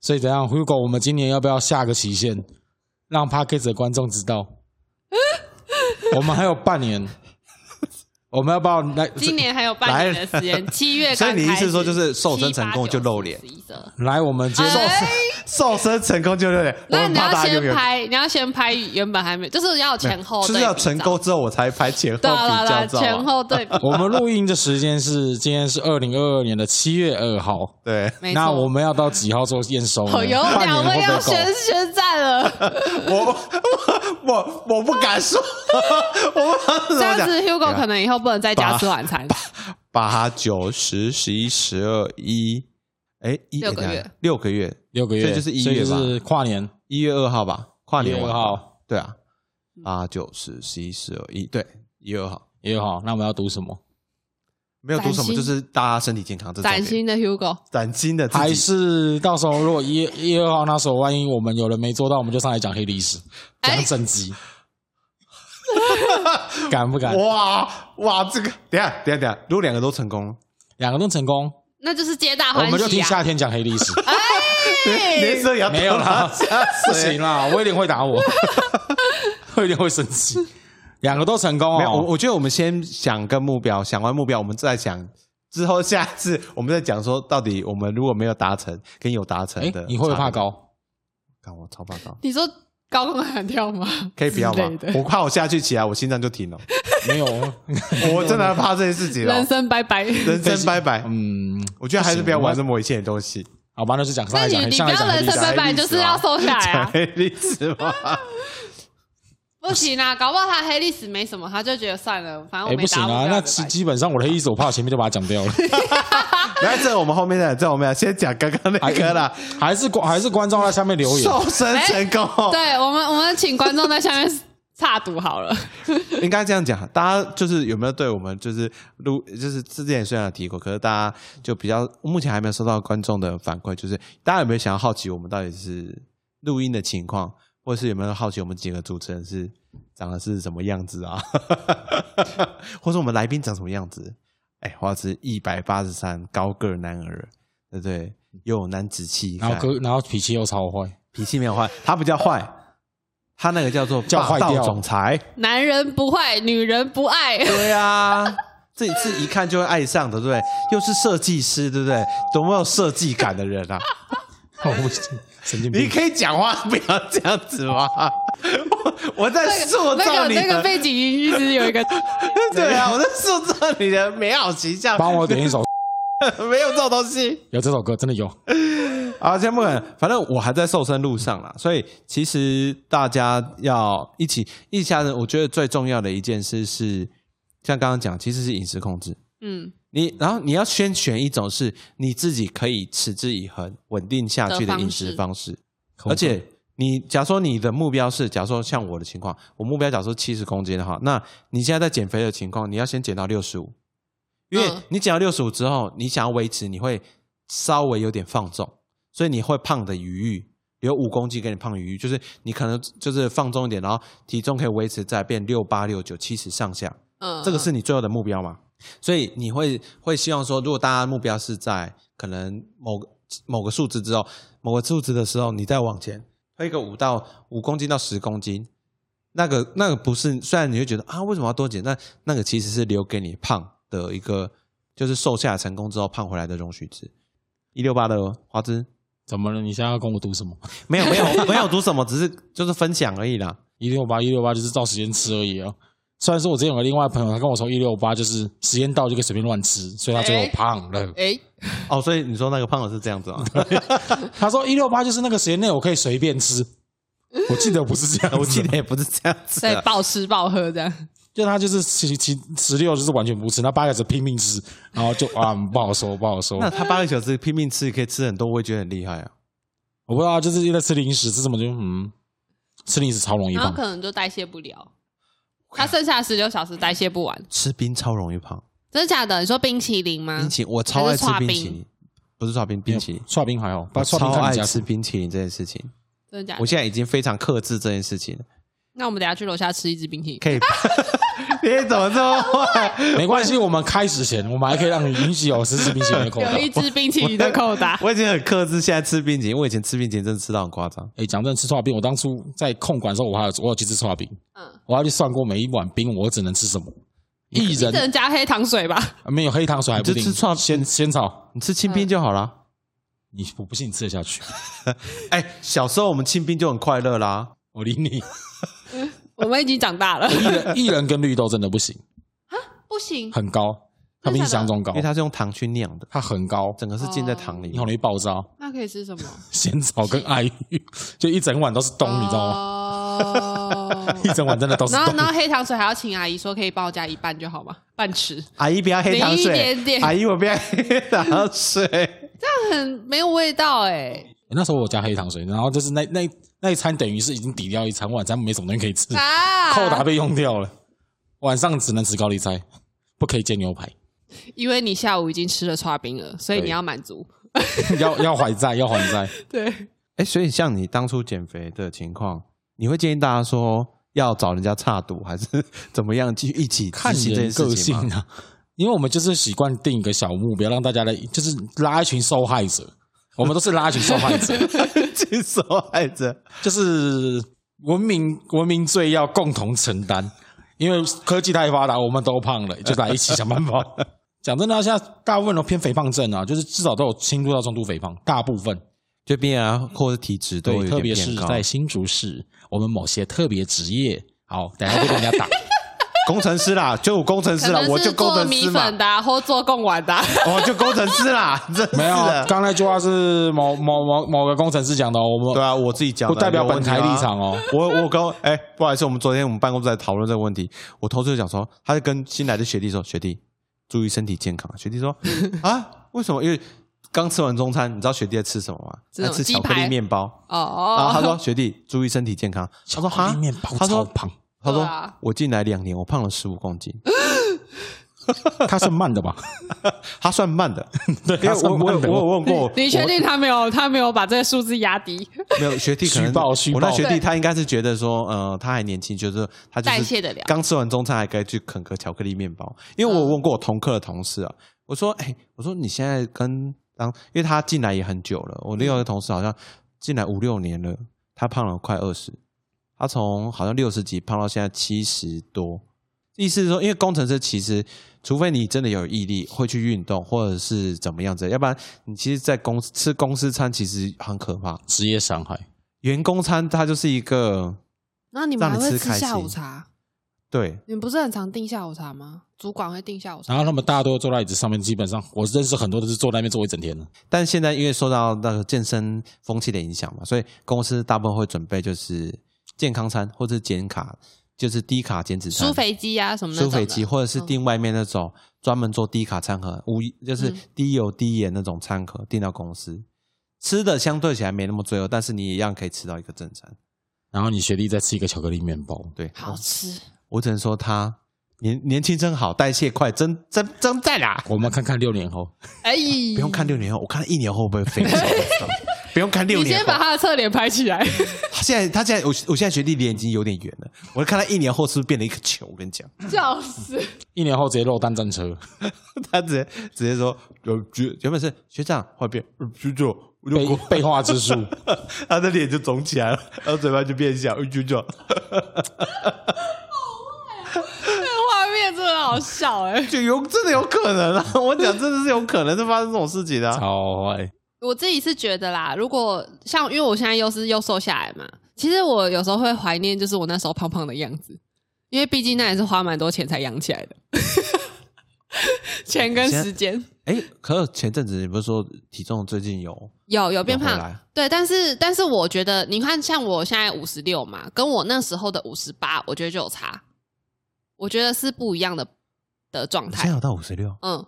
[SPEAKER 3] 所以怎样，Hugo，我们今年要不要下个期限，让 Parkes 的观众知道？我们还有半年，我们要不要来
[SPEAKER 2] 今年还有半年的时间，七月刚
[SPEAKER 1] 所以你意思
[SPEAKER 2] 开始
[SPEAKER 1] 说就是瘦身成功就露脸？
[SPEAKER 2] 七八九十十一十二
[SPEAKER 3] 来我们接受？，
[SPEAKER 2] 哎
[SPEAKER 1] 瘦身成功就对了。我
[SPEAKER 2] 那
[SPEAKER 1] 很
[SPEAKER 2] 你
[SPEAKER 1] 怕
[SPEAKER 2] 要
[SPEAKER 1] 大家永
[SPEAKER 2] 先
[SPEAKER 1] 远
[SPEAKER 2] 拍，你要先拍原本还没，就是要有前后
[SPEAKER 1] 就
[SPEAKER 2] 对比照，
[SPEAKER 1] 是要成功之后我才拍前后比
[SPEAKER 2] 对啊，对啊，
[SPEAKER 1] 较
[SPEAKER 2] 对
[SPEAKER 1] 照
[SPEAKER 2] 啊前
[SPEAKER 1] 啊。
[SPEAKER 2] 后对比
[SPEAKER 3] 我们录音的时间是今天是二零二二年的七月二号，
[SPEAKER 1] 对，
[SPEAKER 2] 没错。
[SPEAKER 3] 那我们要到几号做验收呢？
[SPEAKER 2] 哦有
[SPEAKER 3] 半
[SPEAKER 2] 两
[SPEAKER 3] 年
[SPEAKER 2] 位
[SPEAKER 3] 会不
[SPEAKER 2] 要
[SPEAKER 3] 会够
[SPEAKER 2] 宣宣战了，
[SPEAKER 1] 我我 我不敢说， 我不
[SPEAKER 2] 这
[SPEAKER 1] 知道
[SPEAKER 2] 样
[SPEAKER 1] 怎么
[SPEAKER 2] 子
[SPEAKER 1] 讲。
[SPEAKER 2] Hugo 可能以后不能在家
[SPEAKER 1] 八
[SPEAKER 2] 吃晚餐，
[SPEAKER 1] 八九十十一十二一，哎，一
[SPEAKER 2] 六个
[SPEAKER 1] 哎等一
[SPEAKER 2] 月
[SPEAKER 1] 下六个月，
[SPEAKER 3] 六个月，
[SPEAKER 1] 所以就是一
[SPEAKER 3] 所以
[SPEAKER 1] 月
[SPEAKER 3] 就
[SPEAKER 1] 吧
[SPEAKER 3] 是跨年，
[SPEAKER 1] 一月二号吧，跨年
[SPEAKER 3] 1
[SPEAKER 1] 完
[SPEAKER 3] 月2号，
[SPEAKER 1] 对啊，
[SPEAKER 2] 嗯
[SPEAKER 1] 八九十十一十二一，对，一月二号
[SPEAKER 3] 一月号。那我们要读什么？
[SPEAKER 1] 没有读什
[SPEAKER 2] 崭
[SPEAKER 1] 么，
[SPEAKER 2] 新
[SPEAKER 1] 就是大家身体健康，这是重
[SPEAKER 2] 崭
[SPEAKER 1] 点
[SPEAKER 2] 新的 Hugo，
[SPEAKER 1] 崭新的自己
[SPEAKER 3] 还是到时候如果一一月号那时候，万一我们有人没做到，我们就上来讲黑历史，
[SPEAKER 2] 哎
[SPEAKER 3] 讲 整集，敢不敢？
[SPEAKER 1] 哇哇，这个等一下等一下等一下，如果两个都成功了，
[SPEAKER 3] 两个都成功，
[SPEAKER 2] 那就是皆大
[SPEAKER 3] 我
[SPEAKER 2] 欢
[SPEAKER 3] 们就
[SPEAKER 2] 喜
[SPEAKER 3] 听夏
[SPEAKER 2] 啊！
[SPEAKER 3] 天讲黑历史。
[SPEAKER 1] 雷声也要
[SPEAKER 3] 没有啦
[SPEAKER 1] 啦，吓
[SPEAKER 3] 不
[SPEAKER 1] 死
[SPEAKER 3] 行啦，威廉会打我， 威廉会生气。两个都成功
[SPEAKER 1] 没有，我
[SPEAKER 3] 哦，
[SPEAKER 1] 我觉得我们先想个目标，想完目标，我们再想之后下次我们再讲说到底我们如果没有达成跟有达成
[SPEAKER 3] 哎
[SPEAKER 1] 的，，
[SPEAKER 3] 你会不会怕？高？
[SPEAKER 1] 看我超怕高，
[SPEAKER 2] 你说高空弹跳吗？
[SPEAKER 1] 可以不要吗
[SPEAKER 2] 之类的？
[SPEAKER 1] 我怕我下去起来我心脏就 停了，
[SPEAKER 3] 没有，
[SPEAKER 1] 我真的怕这件事情了哦
[SPEAKER 2] 人，生拜拜。
[SPEAKER 1] 人生拜拜。
[SPEAKER 3] 嗯，
[SPEAKER 1] 我觉得还是不要玩这么危险的东西，
[SPEAKER 3] 好吧，那就讲上
[SPEAKER 2] 那
[SPEAKER 3] 来
[SPEAKER 2] 你
[SPEAKER 3] 讲
[SPEAKER 2] 你不
[SPEAKER 3] 黑，上来
[SPEAKER 2] 要
[SPEAKER 3] 讲黑
[SPEAKER 2] 人
[SPEAKER 3] 历
[SPEAKER 2] 生
[SPEAKER 3] 史。
[SPEAKER 2] 拜拜，就是要瘦下来
[SPEAKER 1] 讲
[SPEAKER 2] 啊！
[SPEAKER 1] 黑历史嘛。
[SPEAKER 2] 不行啊，搞不好他黑历史没什么，他就觉得算了，反正
[SPEAKER 3] 哎，
[SPEAKER 2] 我没
[SPEAKER 3] 不行
[SPEAKER 2] 打我
[SPEAKER 3] 啊，
[SPEAKER 2] 这
[SPEAKER 3] 那
[SPEAKER 2] 样子
[SPEAKER 3] 基
[SPEAKER 2] 吧
[SPEAKER 3] 基本上我的黑历史，我怕我前面就把它讲掉了。
[SPEAKER 1] 来，这我们后面再，这我们先讲刚刚那个啦，
[SPEAKER 3] 还是观还是观众在下 面留言，
[SPEAKER 1] 瘦身成
[SPEAKER 3] 哎
[SPEAKER 1] 功。
[SPEAKER 2] 对我们，我们请观众在下面 插读好了。
[SPEAKER 1] 应该这样讲，大家就是有没有对我们就是录，就是之前虽然有提过，可是大家就比较目前还没有收到观众的反馈，就是大家有没有想要好奇我们到底是录音的情况，或者是有没有好奇我们几个主持人是长得是什么样子啊？ 或者我们来宾长什么样子？哎、花枝一百八十三，高个儿男儿，对不对？又有男子气概，
[SPEAKER 3] 然后哥，然后脾气又超 坏，
[SPEAKER 1] 脾气没有坏，他不叫坏，他那个叫做
[SPEAKER 3] 叫
[SPEAKER 1] 霸
[SPEAKER 3] 坏
[SPEAKER 1] 道
[SPEAKER 3] 掉
[SPEAKER 1] 总裁。
[SPEAKER 2] 男人不坏，女人不 爱，
[SPEAKER 1] 对啊，这是一看就会爱上的，对不对？又是设计师，对不对？多么有设计感的人啊！
[SPEAKER 3] 我神经
[SPEAKER 1] 你
[SPEAKER 3] 病。
[SPEAKER 1] 可以讲话不要这样子吗？我我在塑
[SPEAKER 2] 那
[SPEAKER 1] 造
[SPEAKER 2] 个
[SPEAKER 1] 你
[SPEAKER 2] 那个
[SPEAKER 1] 的，
[SPEAKER 2] 背景音一 直有一个，
[SPEAKER 1] 对啊，我在塑造你的美好形象。
[SPEAKER 3] 帮我点一首，
[SPEAKER 1] 没有这种东西。
[SPEAKER 3] 有这首歌真的有，
[SPEAKER 1] 啊，先不管，反正我还在瘦身路上啦，所以其实大家要一起一家人，我觉得最重要的一件事是，像刚刚讲，其实是饮食控制。
[SPEAKER 2] 嗯，
[SPEAKER 1] 你然后你要先选一种是你自己可以持之以恒、稳定下去的饮食方式，而且你假如说你的目标是，假如说像我的情况，我目标假如说七十公斤的话，那你现在在减肥的情况，你要先减到六十五，因为
[SPEAKER 2] 嗯
[SPEAKER 1] 你减到六十五之后，你想要维持，你会稍微有点放纵，所以你会胖的余裕。留五公斤给你胖余裕，就是你可能就是放纵一点，然后体重可以维持在变六八六九七十上下，
[SPEAKER 2] 嗯，
[SPEAKER 1] 这个是你最后的目标嘛？所以你会会希望说，如果大家目标是在可能某个某个数值之后，某个数值的时候，你再往前推个五到五公斤到十公斤，那个那个不是，虽然你会觉得啊，为什么要多减？那那个其实是留给你胖的一个，就是瘦下来成功之后胖回来的容许值。一六八的花枝
[SPEAKER 3] 怎么了？你现在要跟我读什么？
[SPEAKER 1] 没有没 有没有读什么，只是就是分享而已啦。
[SPEAKER 3] 一六八一六八就是照时间吃而已啊。虽然说我之前有个另外朋友，他跟我说一六八就是时间到就可以随便乱吃，所以他最后胖了。
[SPEAKER 2] 哎，
[SPEAKER 1] 哦，所以你说那个胖的是这样子啊？
[SPEAKER 3] 他说一六八就是那个时间内我可以随便吃，我记得不是这样
[SPEAKER 1] 嗯
[SPEAKER 3] 子，
[SPEAKER 1] 我记得也不是这样子、
[SPEAKER 2] 所以
[SPEAKER 1] 啊。
[SPEAKER 2] 暴吃暴喝 这样，
[SPEAKER 3] 就他就是十七十六就是完全不吃，那八个是拼命吃，然后就啊不好说不好说，
[SPEAKER 1] 那他八个小时拼命吃，可以吃很多，我也觉得很厉害啊。
[SPEAKER 3] 我不知道就是因为吃零食吃什么就嗯，吃零食超容易
[SPEAKER 2] 然后
[SPEAKER 3] 胖，
[SPEAKER 2] 可能就代谢不了，他剩下十六小时代谢不完，
[SPEAKER 1] 吃冰超容易胖，
[SPEAKER 2] 真的假的？你说冰淇淋吗？
[SPEAKER 1] 冰淇淋我超爱吃
[SPEAKER 2] 嗯还是
[SPEAKER 1] 冰
[SPEAKER 2] 刨
[SPEAKER 1] 淇
[SPEAKER 2] 冰
[SPEAKER 1] 淋，不是刨冰，冰淇淋，
[SPEAKER 3] 刨冰还好，把
[SPEAKER 1] 我
[SPEAKER 3] 刨
[SPEAKER 1] 超
[SPEAKER 3] 冰看
[SPEAKER 1] 爱
[SPEAKER 3] 你家
[SPEAKER 1] 吃
[SPEAKER 3] 吃，
[SPEAKER 1] 冰淇淋这件事情。
[SPEAKER 2] 真的假
[SPEAKER 1] 我
[SPEAKER 2] 的？
[SPEAKER 1] 现在已经非常克制这件事情了，
[SPEAKER 2] 那我们等下去楼下吃一支冰淇淋。
[SPEAKER 1] 可以。 你怎么这么坏？
[SPEAKER 3] 没关系，我们开始前我们还可以让你允许有吃吃冰淇淋的口
[SPEAKER 2] 有
[SPEAKER 3] 感
[SPEAKER 2] 一。支冰淇淋的扣打，
[SPEAKER 1] 我已经很克制，现在吃冰淇淋。我以前吃冰淇淋真的吃到很夸张。
[SPEAKER 3] 哎，讲真的，吃刨冰，我当初在控管的时候，我还有我有去吃刨冰，
[SPEAKER 2] 嗯，
[SPEAKER 3] 我还去算过每一碗冰我只能吃什么，一
[SPEAKER 2] 只能
[SPEAKER 3] 人
[SPEAKER 2] 加黑糖 水吧？
[SPEAKER 3] 没有黑糖水还不
[SPEAKER 1] 你
[SPEAKER 3] 定，
[SPEAKER 1] 就吃刨
[SPEAKER 3] 先先炒，
[SPEAKER 1] 你吃清冰就好
[SPEAKER 2] 嗯
[SPEAKER 1] 啦。
[SPEAKER 3] 你我不信你吃得下去，
[SPEAKER 1] 哎、小时候我们清冰就很快乐啦。
[SPEAKER 3] 我理你。
[SPEAKER 2] 我们已经长大了，
[SPEAKER 3] 薏仁薏仁跟绿豆真的不行，
[SPEAKER 2] 不行，
[SPEAKER 3] 很高，它比你想象中高
[SPEAKER 1] 因为，它是用糖去酿的，
[SPEAKER 3] 它很高，
[SPEAKER 1] 整个是浸在
[SPEAKER 2] 哦
[SPEAKER 1] 糖里
[SPEAKER 3] 你
[SPEAKER 1] 面。
[SPEAKER 3] 很容易爆炸。
[SPEAKER 2] 那可以吃什么？
[SPEAKER 3] 仙草跟爱玉，就一整碗都是冻，你知道吗？
[SPEAKER 2] 吗
[SPEAKER 3] 一整碗真的都是
[SPEAKER 2] 哦然后，然
[SPEAKER 3] 冻。
[SPEAKER 2] 后黑糖水还要请阿姨说可以帮我加一半就好吗？半匙，
[SPEAKER 1] 阿姨不要黑糖水，
[SPEAKER 2] 淋一点点
[SPEAKER 1] 阿姨我不要黑糖水。
[SPEAKER 2] 很没有味道哎、
[SPEAKER 3] 那时候我加黑糖水，然后就是那那那一餐等于是已经抵掉一餐，晚餐没什么东西可以吃，
[SPEAKER 2] 啊！
[SPEAKER 3] 扣打被用掉了，晚上只能吃高丽菜，不可以煎牛排，
[SPEAKER 2] 因为你下午已经吃了刨冰了，所以你
[SPEAKER 3] 对
[SPEAKER 2] 要满足。
[SPEAKER 3] 要要还债，要还债。
[SPEAKER 2] 对，
[SPEAKER 1] 哎，所以像你当初减肥的情况，你会建议大家说要找人家差赌，还是 怎么样去一起
[SPEAKER 3] 看
[SPEAKER 1] 执行这
[SPEAKER 3] 人
[SPEAKER 1] 件事
[SPEAKER 3] 个
[SPEAKER 1] 情
[SPEAKER 3] 性
[SPEAKER 1] 吗？
[SPEAKER 3] 啊，因为我们就是习惯定一个小目标，让大家来就是拉一群受害者，我们都是拉一群受害者。
[SPEAKER 1] 去受害者，
[SPEAKER 3] 就是文明文明罪要共同承担，因为科技太发达，我们都胖了，就来一起想办 法。讲真的啊，现在大部分都偏肥胖症啊，就是至少都有轻度到中度肥胖，大部分
[SPEAKER 1] 就变啊，或者体脂都有
[SPEAKER 3] 对，
[SPEAKER 1] 一
[SPEAKER 3] 特
[SPEAKER 1] 点
[SPEAKER 3] 别是
[SPEAKER 1] 变高。
[SPEAKER 3] 在新竹市，我们某些特别职业，好，等一下会被人家打。
[SPEAKER 1] 工程师啦，就我工程师
[SPEAKER 2] 可
[SPEAKER 1] 啦，
[SPEAKER 2] 能
[SPEAKER 1] 我就是工
[SPEAKER 2] 做
[SPEAKER 1] 程
[SPEAKER 2] 米
[SPEAKER 1] 师嘛
[SPEAKER 2] 粉，的、啊、或做贡丸的、啊，
[SPEAKER 1] 我就工程师啦，真是的
[SPEAKER 3] 没有啊，刚才那句话是某某某某个工程师讲的、哦，我
[SPEAKER 1] 对
[SPEAKER 3] 们
[SPEAKER 1] 啊，我自己讲
[SPEAKER 3] 不
[SPEAKER 1] 的，
[SPEAKER 3] 代表
[SPEAKER 1] 没有
[SPEAKER 3] 本
[SPEAKER 1] 问题啊
[SPEAKER 3] 台立场哦。
[SPEAKER 1] 我我跟我哎、不好意思，我们昨天我们办公室在讨论这个问题，我同事就讲说，他就跟新来的学弟说，学弟注意身体健康。学弟 说啊，为什么？因为刚吃完中餐，你知道学弟在吃什么吗？
[SPEAKER 2] 吃什
[SPEAKER 1] 在
[SPEAKER 2] 么
[SPEAKER 1] 吃
[SPEAKER 2] 鸡
[SPEAKER 1] 巧克力
[SPEAKER 2] 排
[SPEAKER 1] 面包。
[SPEAKER 2] 哦
[SPEAKER 1] 然后他
[SPEAKER 2] 哦，
[SPEAKER 1] 说：“学弟，注意身体健康。”他说：“
[SPEAKER 3] 巧克
[SPEAKER 1] 哈
[SPEAKER 3] 力面包，
[SPEAKER 1] 他
[SPEAKER 3] 超
[SPEAKER 1] 说
[SPEAKER 3] 胖，
[SPEAKER 1] 他
[SPEAKER 2] 对
[SPEAKER 1] 说
[SPEAKER 2] 啊
[SPEAKER 1] 我进来两年，我胖了十五公斤。”
[SPEAKER 3] 它是慢 的吧？
[SPEAKER 1] 它算慢 的，
[SPEAKER 3] 对，
[SPEAKER 1] 因
[SPEAKER 3] 它
[SPEAKER 1] 为
[SPEAKER 3] 是
[SPEAKER 1] 我我
[SPEAKER 3] 慢的。
[SPEAKER 1] 有我有问过，
[SPEAKER 2] 你确
[SPEAKER 1] 我
[SPEAKER 2] 定他没有他没有把这个数字压低？
[SPEAKER 1] 没有学弟可能
[SPEAKER 3] 虚报虚
[SPEAKER 1] 我那
[SPEAKER 3] 报
[SPEAKER 1] 学弟
[SPEAKER 2] 对
[SPEAKER 1] 他应该是觉得说，呃，他还年轻，就是他就是
[SPEAKER 2] 代谢得了
[SPEAKER 1] 刚吃完中餐还该去啃个巧克力面包。因为我有
[SPEAKER 2] 嗯
[SPEAKER 1] 问过我同课的同事啊，我说，哎、我说你现在跟当，因为他进来也很久了，我另外一个同事好像进来五六年了，他胖了快二十，他从好像六十几胖到现在七十多。意思是说，因为工程师其实，除非你真的有毅力，会去运动，或者是怎么样子，要不然你其实，在公司吃公司餐其实很可怕。
[SPEAKER 3] 职业伤害，
[SPEAKER 1] 员工餐它就是一个
[SPEAKER 2] 然后你们还
[SPEAKER 1] 让你
[SPEAKER 2] 会
[SPEAKER 1] 吃
[SPEAKER 2] 吃
[SPEAKER 1] 开
[SPEAKER 2] 下午
[SPEAKER 1] 心
[SPEAKER 2] 茶？
[SPEAKER 1] 对
[SPEAKER 2] 你们不是很常订下午茶吗？主管会订下午茶。
[SPEAKER 3] 然后他们大家都坐在椅子上面，基本上我认识很多都是坐在那边坐一整天的。
[SPEAKER 1] 但现在因为受到那个健身风气的影响嘛，所以公司大部分会准备就是健康餐或者减卡，就是低卡减脂餐、
[SPEAKER 2] 苏肥鸡啊什么那
[SPEAKER 1] 苏
[SPEAKER 2] 种的嗯
[SPEAKER 1] 肥鸡，或者是订外面那种专门做低卡餐盒，无一就是
[SPEAKER 2] 嗯
[SPEAKER 1] 低油低盐那种餐盒订到公司。吃的相对起来没那么罪恶，但是你一样可以吃到一个正餐。
[SPEAKER 3] 然后你学弟再吃一个巧克力面包，
[SPEAKER 1] 对，
[SPEAKER 2] 好吃。
[SPEAKER 1] 我只能说他年年轻真好，代谢快，真真真在啦。
[SPEAKER 3] 我们看看六年后，
[SPEAKER 2] 哎，
[SPEAKER 1] 不用看六年后，我看一年后会不会飞？我不知 道不用看六
[SPEAKER 2] 你
[SPEAKER 1] 年
[SPEAKER 2] 先
[SPEAKER 1] 后
[SPEAKER 2] 把，他的侧脸拍起来。
[SPEAKER 1] 他现在他现在我我现在学弟脸已经有点圆了，我看他一年后是不是变了一个球？我跟你讲，
[SPEAKER 2] 笑死！
[SPEAKER 3] 一年后直接落单战车，
[SPEAKER 1] 他直接直接说，有学原本是学长，后来变呃学长，我就
[SPEAKER 3] 背背化之术。
[SPEAKER 1] 他的脸就肿起来了，然后嘴巴就变小，呃 学长，
[SPEAKER 2] 这个画面真的好笑哎、
[SPEAKER 1] 就有真的有可能啊！我讲真的是有可能是发生这种事情的、啊。
[SPEAKER 3] 好， 哎，
[SPEAKER 2] 我自己是觉得啦，如果像因为我现在又是又瘦下来嘛，其实我有时候会怀念，就是我那时候胖胖的样子，因为毕竟那也是花蛮多钱才养起来的， 钱跟时间。
[SPEAKER 1] 哎，可是前阵子你不是说体重最近有
[SPEAKER 2] 有有变
[SPEAKER 1] 有回
[SPEAKER 2] 胖
[SPEAKER 1] 来，
[SPEAKER 2] 对，但是但是我觉得，你看像我现在五十六嘛，跟我那时候的五十八，我觉得就有差，我觉得是不一样的的状
[SPEAKER 1] 现在
[SPEAKER 2] 态。
[SPEAKER 1] 有到五十六，
[SPEAKER 2] 嗯，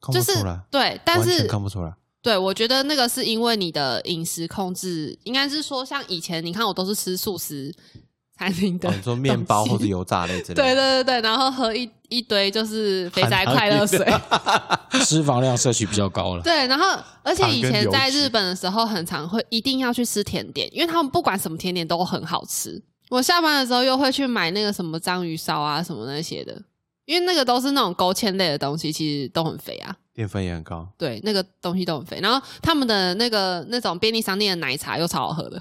[SPEAKER 1] 看
[SPEAKER 2] 就
[SPEAKER 1] 不
[SPEAKER 2] 是
[SPEAKER 1] 出来，
[SPEAKER 2] 对，但
[SPEAKER 1] 完
[SPEAKER 2] 是
[SPEAKER 1] 全看不出来。
[SPEAKER 2] 对我觉得那个是因为你的饮食控制，应该是说像以前你看我都是吃素食餐厅的
[SPEAKER 1] 哦
[SPEAKER 2] 东西、
[SPEAKER 1] 你说面包 或者油炸类之类的。
[SPEAKER 2] 对对对对，然后喝一一堆就是肥宅快乐水，
[SPEAKER 3] 脂肪量摄取比较高了。
[SPEAKER 2] 对，然后而且以
[SPEAKER 1] 糖跟
[SPEAKER 2] 前
[SPEAKER 1] 油
[SPEAKER 2] 在
[SPEAKER 1] 脂
[SPEAKER 2] 日本的时候，很常会一定要去吃甜点，因为他们不管什么甜点都很好吃。我下班的时候又会去买那个什么章鱼烧啊什么那些的，因为那个都是那种勾芡类的东西，其实都很肥啊。
[SPEAKER 1] 淀粉也很高。
[SPEAKER 2] 对，那个东西都很肥。然后他们的那个那种便利商店的奶茶又超好喝的。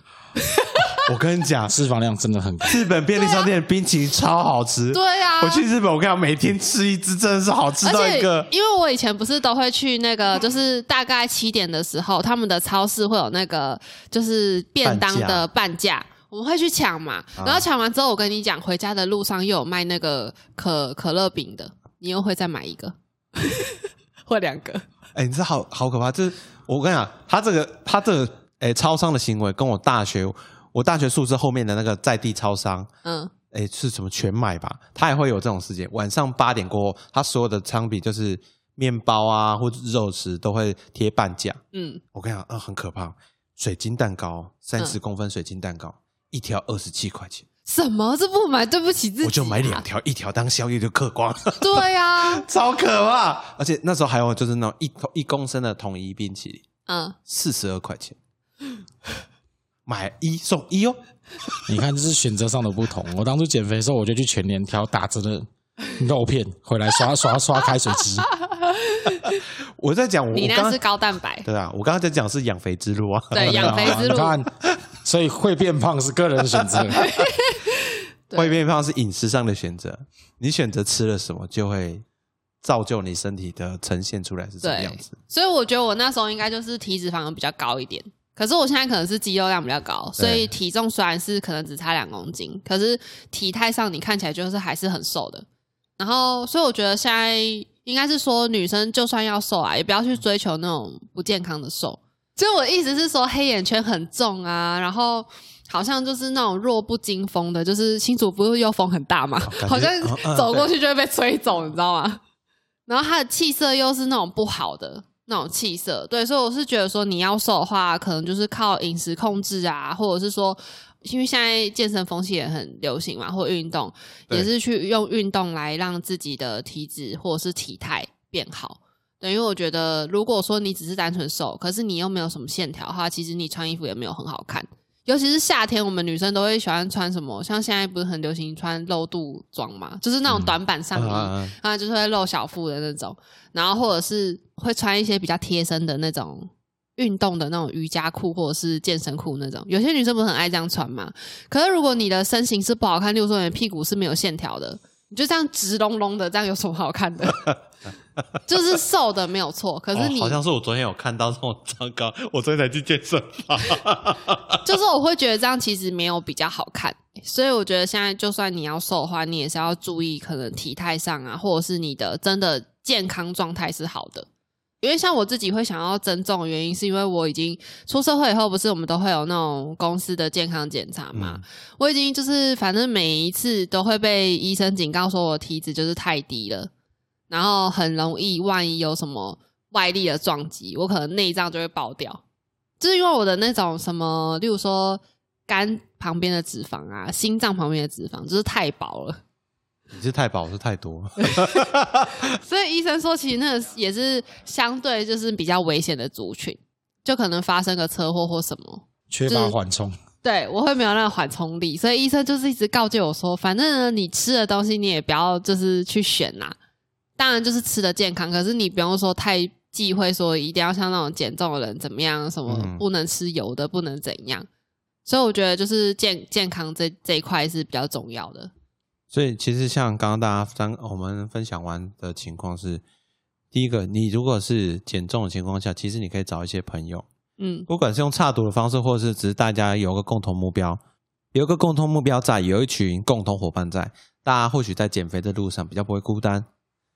[SPEAKER 1] 我跟你讲，
[SPEAKER 3] 脂肪量真的很高，
[SPEAKER 1] 日本便利商店的冰淇淋超好吃。、
[SPEAKER 2] 啊对啊，
[SPEAKER 1] 我去日本，我跟你讲，每天吃一只，真的是好吃到一
[SPEAKER 2] 而
[SPEAKER 1] 个
[SPEAKER 2] 且，。因为我以前不是都会去 那个，就是大概七点的时候，他们的超市会有那个就是便当的半价，我们会去抢嘛。
[SPEAKER 1] 啊
[SPEAKER 2] 然后抢完之后，我跟你讲，回家的路上又有卖那个可可乐饼的，你又会再买 一个或两个。
[SPEAKER 1] 哎、你这好好可怕！就是我跟你讲，他这个他这个哎、超商的行为，跟我大学我大学宿舍后面的那个在地超商，
[SPEAKER 2] 嗯，
[SPEAKER 1] 哎、是什么全买吧，他也会有这种事情。晚上八点过后，他所有的商品就是面包啊或者肉食都会贴半价。
[SPEAKER 2] 嗯，
[SPEAKER 1] 我跟你讲，啊、很可怕。水晶蛋糕三十公分水晶蛋糕、一条二十七块钱。
[SPEAKER 2] 什么？这不买对不起自己、啊。
[SPEAKER 1] 我就买两。条，一条当宵夜就嗑光，
[SPEAKER 2] 对啊，
[SPEAKER 1] 超可怕。而且那时候还有就是那种一头一公升的统一冰淇淋，
[SPEAKER 2] 嗯，
[SPEAKER 1] 四十二块钱，买一送一哦。
[SPEAKER 3] 你看这是选择上的不同。我当初减肥的时候，我就去全年挑打折的肉片回来 刷刷刷开水汁，
[SPEAKER 1] 我在讲我
[SPEAKER 2] 你
[SPEAKER 1] 我
[SPEAKER 2] 那
[SPEAKER 1] 刚
[SPEAKER 2] 是高蛋白。
[SPEAKER 1] 对啊，我刚刚在讲是养肥之路啊。
[SPEAKER 2] 对，养肥之
[SPEAKER 3] 你
[SPEAKER 2] 路。
[SPEAKER 3] 看，所以会变胖是个人选 择。
[SPEAKER 2] 对
[SPEAKER 1] 会变胖是饮食上的选择，你选择吃了什么就会造就你身体的呈现出来是什么
[SPEAKER 2] 对
[SPEAKER 1] 样子。
[SPEAKER 2] 所以我觉得我那时候应该就是体脂肪比较高一点，可是我现在可能是肌肉量比较高，所以体重虽然是可能只差两公斤，可是体态上你看起来就是还是很瘦的。然后，所以我觉得现在应该是说，女生就算要瘦啊，也不要去追求那种不健康的瘦。所以我的意思是说，黑眼圈很重啊，然后好像就是那种弱不禁风的，就是新竹不是又风很大嘛，
[SPEAKER 1] 觉
[SPEAKER 2] 好像
[SPEAKER 1] 嗯嗯
[SPEAKER 2] 走过去就会被吹走，你知道吗？然后他的气色又是那种不好的那种气色，对，所以我是觉得说你要瘦的话，可能就是靠饮食控制啊，或者是说因为现在健身风气也很流行嘛，或运动
[SPEAKER 1] 对
[SPEAKER 2] 也是去用运动来让自己的体脂或者是体态变好。对，因为我觉得，如果说你只是单纯瘦，可是你又没有什么线条的话，其实你穿衣服也没有很好看。尤其是夏天，我们女生都会喜欢穿什么？像现在不是很流行穿露肚装嘛，就是那种短版上衣，
[SPEAKER 1] 嗯啊
[SPEAKER 2] 啊，就是会露小腹的那种，然后或者是会穿一些比较贴身的那种运动的那种瑜伽裤或者是健身裤那种。有些女生不是很爱这样穿嘛？可是如果你的身形是不好看，例如说你的屁股是没有线条的，你就这样直隆隆的，这样有什么好看的？ 就是瘦的没有错，可是
[SPEAKER 1] 哦
[SPEAKER 2] 你、
[SPEAKER 1] 好像是我昨天有看到这种糟糕，我昨天才去健身房。
[SPEAKER 2] 就是我会觉得这样其实没有比较好看，所以我觉得现在就算你要瘦的话，你也是要注意可能体态上啊，或者是你的真的健康状态是好的。因为像我自己会想要增重，的原因是因为我已经出社会以后，不是我们都会有那种公司的健康检查嘛？我已经就是反正每一次都会被医生警告说我体脂就是太低了，然后很容易万一有什么外力的撞击，我可能内脏就会爆掉。就是因为我的那种什么，例如说肝旁边的脂肪啊，心脏旁边的脂肪，就是太薄了，
[SPEAKER 1] 你是太饱，我是太多。
[SPEAKER 2] 所以医生说，其实那个也是相对就是比较危险的族群，就可能发生个车祸或什么。
[SPEAKER 3] 缺
[SPEAKER 2] 就
[SPEAKER 3] 乏
[SPEAKER 2] 是
[SPEAKER 3] 缓冲，
[SPEAKER 2] 对我会没有那个缓冲力，所以医生就是一直告诫我说，反正呢，你吃的东西你也不要就是去选啦、当然就是吃的健康，可是你不用说太忌讳说一定要像那种减重的人怎么样，什么
[SPEAKER 1] 嗯
[SPEAKER 2] 不能吃油的，不能怎样。所以我觉得就是健健康这这一块是比较重要的。
[SPEAKER 1] 所以其实像刚刚大家刚我们分享完的情况是，第一个，你如果是减重的情况下，其实你可以找一些朋友，
[SPEAKER 2] 嗯，
[SPEAKER 1] 不管是用差赌的方式，或者是只是大家有个共同目标，有一个共同目标在，有一群共同伙伴在，大家或许在减肥的路上比较不会孤单，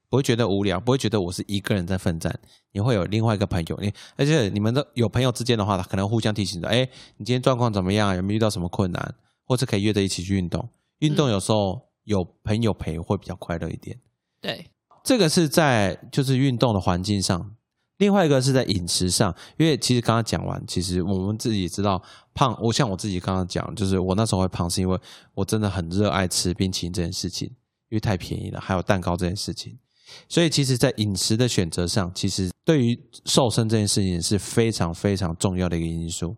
[SPEAKER 1] 不会觉得无聊，不会觉得我是一个人在奋战，你会有另外一个朋友，你而且你们的有朋友之间的话，可能互相提醒着，哎，你今天状况怎么样？有没有遇到什么困难？或是可以约着一起去运动，运动有时候有朋友陪会比较快乐一点。
[SPEAKER 2] 对，
[SPEAKER 1] 这个是在就是运动的环境上，另外一个是在饮食上，因为其实刚刚讲完，其实我们自己也知道胖，我像我自己刚刚讲，就是我那时候会胖是因为我真的很热爱吃冰淇淋这件事情，因为太便宜了，还有蛋糕这件事情，所以其实，在饮食的选择上，其实对于瘦身这件事情是非常非常重要的一个因素。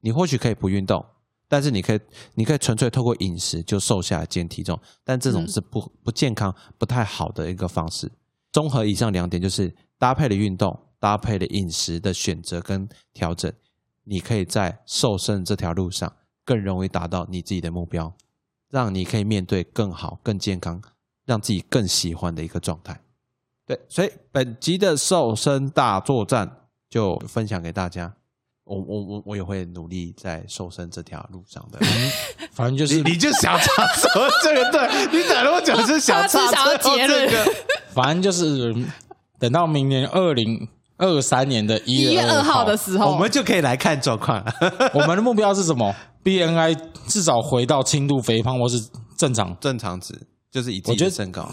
[SPEAKER 1] 你或许可以不运动，但是你可以，你可以纯粹透过饮食就瘦下来减体重，但这种
[SPEAKER 2] 嗯
[SPEAKER 1] 是不、不健康、不太好的一个方式。综合以上两点，就是搭配了运动，搭配了饮食的选择跟调整，你可以在瘦身这条路上更容易达到你自己的目标，让你可以面对更好、更健康，让自己更喜欢的一个状态。对，所以本集的瘦身大作战就分享给大家。我我我我也会努力在瘦身这条路上的。
[SPEAKER 3] 反正就是
[SPEAKER 1] 就想插手这个 对，你等了我讲是
[SPEAKER 2] 想插手他只想要结论这
[SPEAKER 1] 个。
[SPEAKER 3] 反正就是嗯等到明年二零二三年的一
[SPEAKER 2] 一月二
[SPEAKER 3] 二
[SPEAKER 2] 号的，时候，
[SPEAKER 1] 我们就可以来看状况了，
[SPEAKER 3] 我们的目标是什么？BNI 至少回到轻度肥胖或是正常，
[SPEAKER 1] 正常值就是以自
[SPEAKER 3] 我
[SPEAKER 1] 己
[SPEAKER 3] 觉
[SPEAKER 1] 的
[SPEAKER 3] 得
[SPEAKER 1] 身高。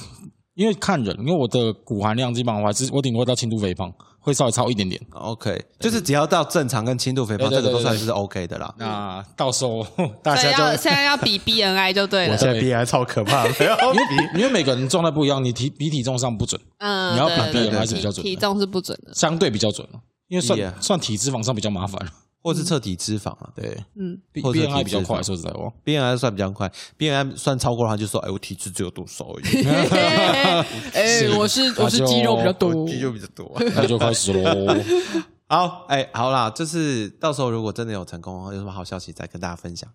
[SPEAKER 3] 因为看人，因为我的骨含量基本上我还是我顶多到轻度肥胖，会稍微超一点点。
[SPEAKER 1] OK，就是只要到正常跟轻度肥胖，
[SPEAKER 3] 对
[SPEAKER 1] 这
[SPEAKER 3] 对
[SPEAKER 1] 个都
[SPEAKER 3] 对对
[SPEAKER 1] 算是 OK 的啦。
[SPEAKER 3] 那到时候 大
[SPEAKER 2] 嗯所
[SPEAKER 3] 家
[SPEAKER 2] 以
[SPEAKER 3] 就
[SPEAKER 2] 要
[SPEAKER 3] 会
[SPEAKER 2] 现在要比 BNI 就对了。
[SPEAKER 3] 在对
[SPEAKER 1] BI 超可怕，不要比。
[SPEAKER 3] 因为每个人状态不一样，你体比体重上不准，
[SPEAKER 2] 嗯，
[SPEAKER 3] 你要
[SPEAKER 2] 对
[SPEAKER 3] 比
[SPEAKER 2] 对
[SPEAKER 3] BMI
[SPEAKER 2] 对
[SPEAKER 3] 是比较准的
[SPEAKER 2] 体重是不准的。
[SPEAKER 3] 相对比较准，因为算
[SPEAKER 1] Yeah
[SPEAKER 3] 算体脂肪上比较麻烦。
[SPEAKER 1] 或是彻底脂肪啊，对
[SPEAKER 3] 对
[SPEAKER 2] 嗯，
[SPEAKER 3] ，B
[SPEAKER 1] 或者
[SPEAKER 3] BNI
[SPEAKER 1] 体
[SPEAKER 3] 比较
[SPEAKER 1] 脂肪
[SPEAKER 3] 快，说实在话，
[SPEAKER 1] ，BMI 算比较快，BMI 算超过的话就说，哎，我体脂只有多少而 已，
[SPEAKER 2] 哎，我是我是肌肉比较 多，
[SPEAKER 1] 肌肉比较多。啊
[SPEAKER 3] 那就 开始喽。
[SPEAKER 1] 好，哎、好啦，就是到时候如果真的有成功，有什么好消息再跟大家分享，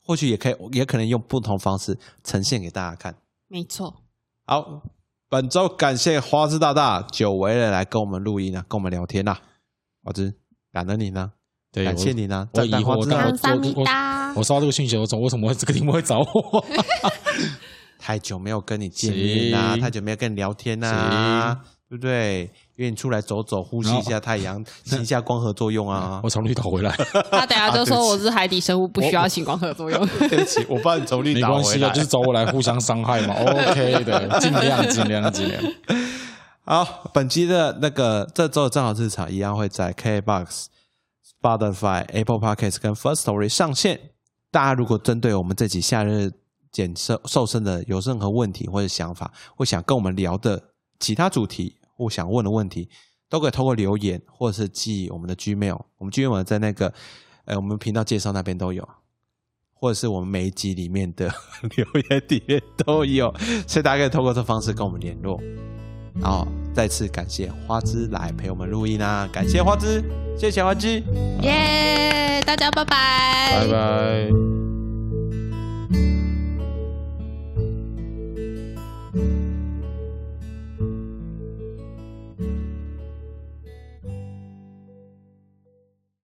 [SPEAKER 1] 或许也可以，也可能用不同方式呈现给大家看。
[SPEAKER 2] 没错，
[SPEAKER 1] 好，本周感谢花枝大大久违的来跟我们录音啊，跟我们聊天啦、花枝，感恩你呢，
[SPEAKER 3] 对，
[SPEAKER 1] 感谢
[SPEAKER 3] 哎我
[SPEAKER 1] 你呢，
[SPEAKER 3] 我
[SPEAKER 1] 赞叹
[SPEAKER 3] 疑惑
[SPEAKER 1] 花枝
[SPEAKER 3] 我
[SPEAKER 1] 啊
[SPEAKER 3] 当，我
[SPEAKER 2] 达
[SPEAKER 3] 我收到这个讯息，我说为什么会这个题目会找我？
[SPEAKER 1] 太久没有跟你见面啦、
[SPEAKER 3] 行
[SPEAKER 1] 太久没有跟你聊天啦、对不对？约你出来走走，呼吸一下太阳，吸一下光合作用啊
[SPEAKER 3] 我。从绿岛回来，
[SPEAKER 2] 他等下
[SPEAKER 3] 啊
[SPEAKER 2] 就说我是海底生物，不需要星光合作 用。
[SPEAKER 1] 对不起，我帮你从绿
[SPEAKER 3] 没
[SPEAKER 1] 岛
[SPEAKER 3] 关
[SPEAKER 1] 回
[SPEAKER 3] 系啊，
[SPEAKER 1] 来
[SPEAKER 3] 就。是找我来互相伤害嘛，OK 的，尽量尽量尽量。
[SPEAKER 1] 好，本期的那个这周的正好市场一样会在 KBox、Spotify、Apple Podcasts 跟 First Story 上线。大家如果针对我们这集夏日减瘦瘦身的有任何问题或者想法，或想跟我们聊的其他主题或想问的问题，都可以透过留言或者是寄我们的 Gmail，我们 Gmail 在那个呃我们频道介绍那边都有，或者是我们每一集里面的 留言里面都有，所以大家可以透过这方式跟我们联络。然后再次感谢花枝来陪我们录音啊，感谢花枝，谢谢花枝。
[SPEAKER 2] 耶、大家拜拜
[SPEAKER 3] 拜拜。